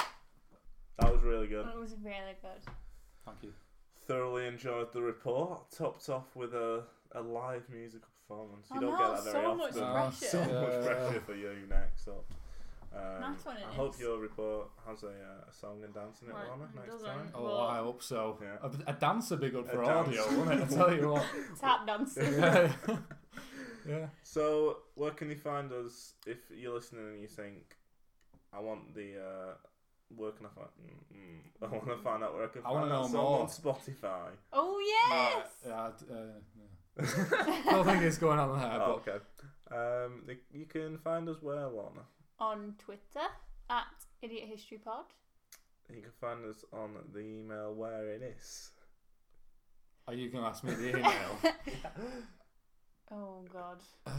[SPEAKER 1] That was really good.
[SPEAKER 2] It was really good.
[SPEAKER 3] Thank you.
[SPEAKER 1] Thoroughly enjoyed the report. Topped off with a, a live musical performance. You
[SPEAKER 2] I
[SPEAKER 1] don't
[SPEAKER 2] know,
[SPEAKER 1] get that very
[SPEAKER 2] Oh, so much
[SPEAKER 1] often.
[SPEAKER 3] Ah,
[SPEAKER 2] pressure.
[SPEAKER 1] so much
[SPEAKER 3] Yeah.
[SPEAKER 1] pressure for you next up. Um,
[SPEAKER 2] Nice one it
[SPEAKER 1] I hope
[SPEAKER 2] is.
[SPEAKER 1] your report has a, uh, a song and dance in it,
[SPEAKER 2] Right,
[SPEAKER 1] Lorna,
[SPEAKER 2] it
[SPEAKER 1] next
[SPEAKER 2] doesn't.
[SPEAKER 1] time.
[SPEAKER 3] Oh,
[SPEAKER 2] Well-
[SPEAKER 3] I hope so.
[SPEAKER 1] Yeah.
[SPEAKER 3] A, a dance would be good
[SPEAKER 1] A
[SPEAKER 3] for
[SPEAKER 1] dance.
[SPEAKER 3] audio, wouldn't it? I tell you what.
[SPEAKER 2] Tap dancing.
[SPEAKER 3] Yeah. yeah.
[SPEAKER 1] So, where can you find us if you're listening and you think, I want the. Uh, where can I find? Mm, mm, I want to find out where I can
[SPEAKER 3] I
[SPEAKER 1] find
[SPEAKER 3] wanna know
[SPEAKER 1] that song
[SPEAKER 3] more.
[SPEAKER 1] on Spotify.
[SPEAKER 2] oh yes.
[SPEAKER 3] Yeah, I'd, uh, yeah. I don't think it's going on there,
[SPEAKER 1] Oh,
[SPEAKER 3] but
[SPEAKER 1] okay. Um, the- you can find us where, Lorna?
[SPEAKER 2] On Twitter at Idiot History Pod.
[SPEAKER 1] You can find us on the email where it is.
[SPEAKER 3] are you going to ask me the email?
[SPEAKER 2] Oh God.
[SPEAKER 3] uh,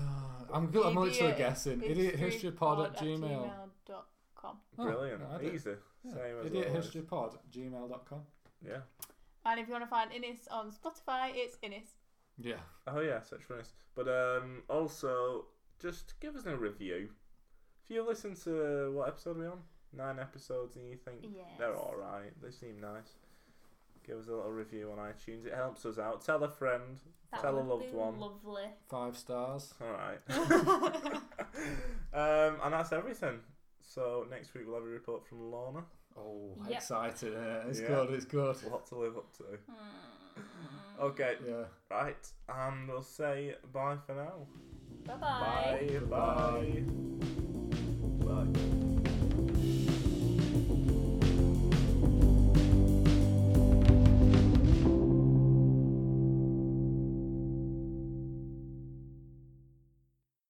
[SPEAKER 3] I'm, good, I'm literally
[SPEAKER 2] Idiot
[SPEAKER 3] guessing. Idiothistorypod at gmail.
[SPEAKER 2] dot com.
[SPEAKER 3] Oh,
[SPEAKER 1] Brilliant.
[SPEAKER 3] yeah, I did.
[SPEAKER 1] Easy.
[SPEAKER 3] Yeah.
[SPEAKER 1] Same as always.
[SPEAKER 3] Idiothistorypod at gmail.com.
[SPEAKER 1] Yeah.
[SPEAKER 2] And if you want to find Innis on Spotify, it's Innis.
[SPEAKER 3] Yeah.
[SPEAKER 1] Oh yeah, such nice. But um, also, just give us a review. If you listen to what episode are we on, nine episodes, and you think they're
[SPEAKER 2] Yes.
[SPEAKER 1] all right, they seem nice, give us a little review on iTunes. It helps us out. Tell a friend.
[SPEAKER 2] That
[SPEAKER 1] tell a
[SPEAKER 2] would
[SPEAKER 1] loved
[SPEAKER 2] be
[SPEAKER 1] one.
[SPEAKER 2] Lovely.
[SPEAKER 3] Five stars.
[SPEAKER 1] all right. um, and that's everything. So next week we'll have a report from Lorna.
[SPEAKER 3] Oh,
[SPEAKER 2] Yep.
[SPEAKER 3] excited. innit? It's
[SPEAKER 1] Yeah.
[SPEAKER 3] good, it's good.
[SPEAKER 1] A lot to live up to. Okay,
[SPEAKER 3] Yeah.
[SPEAKER 1] right, and we'll say bye for now.
[SPEAKER 2] Bye-bye.
[SPEAKER 1] Bye. bye. bye.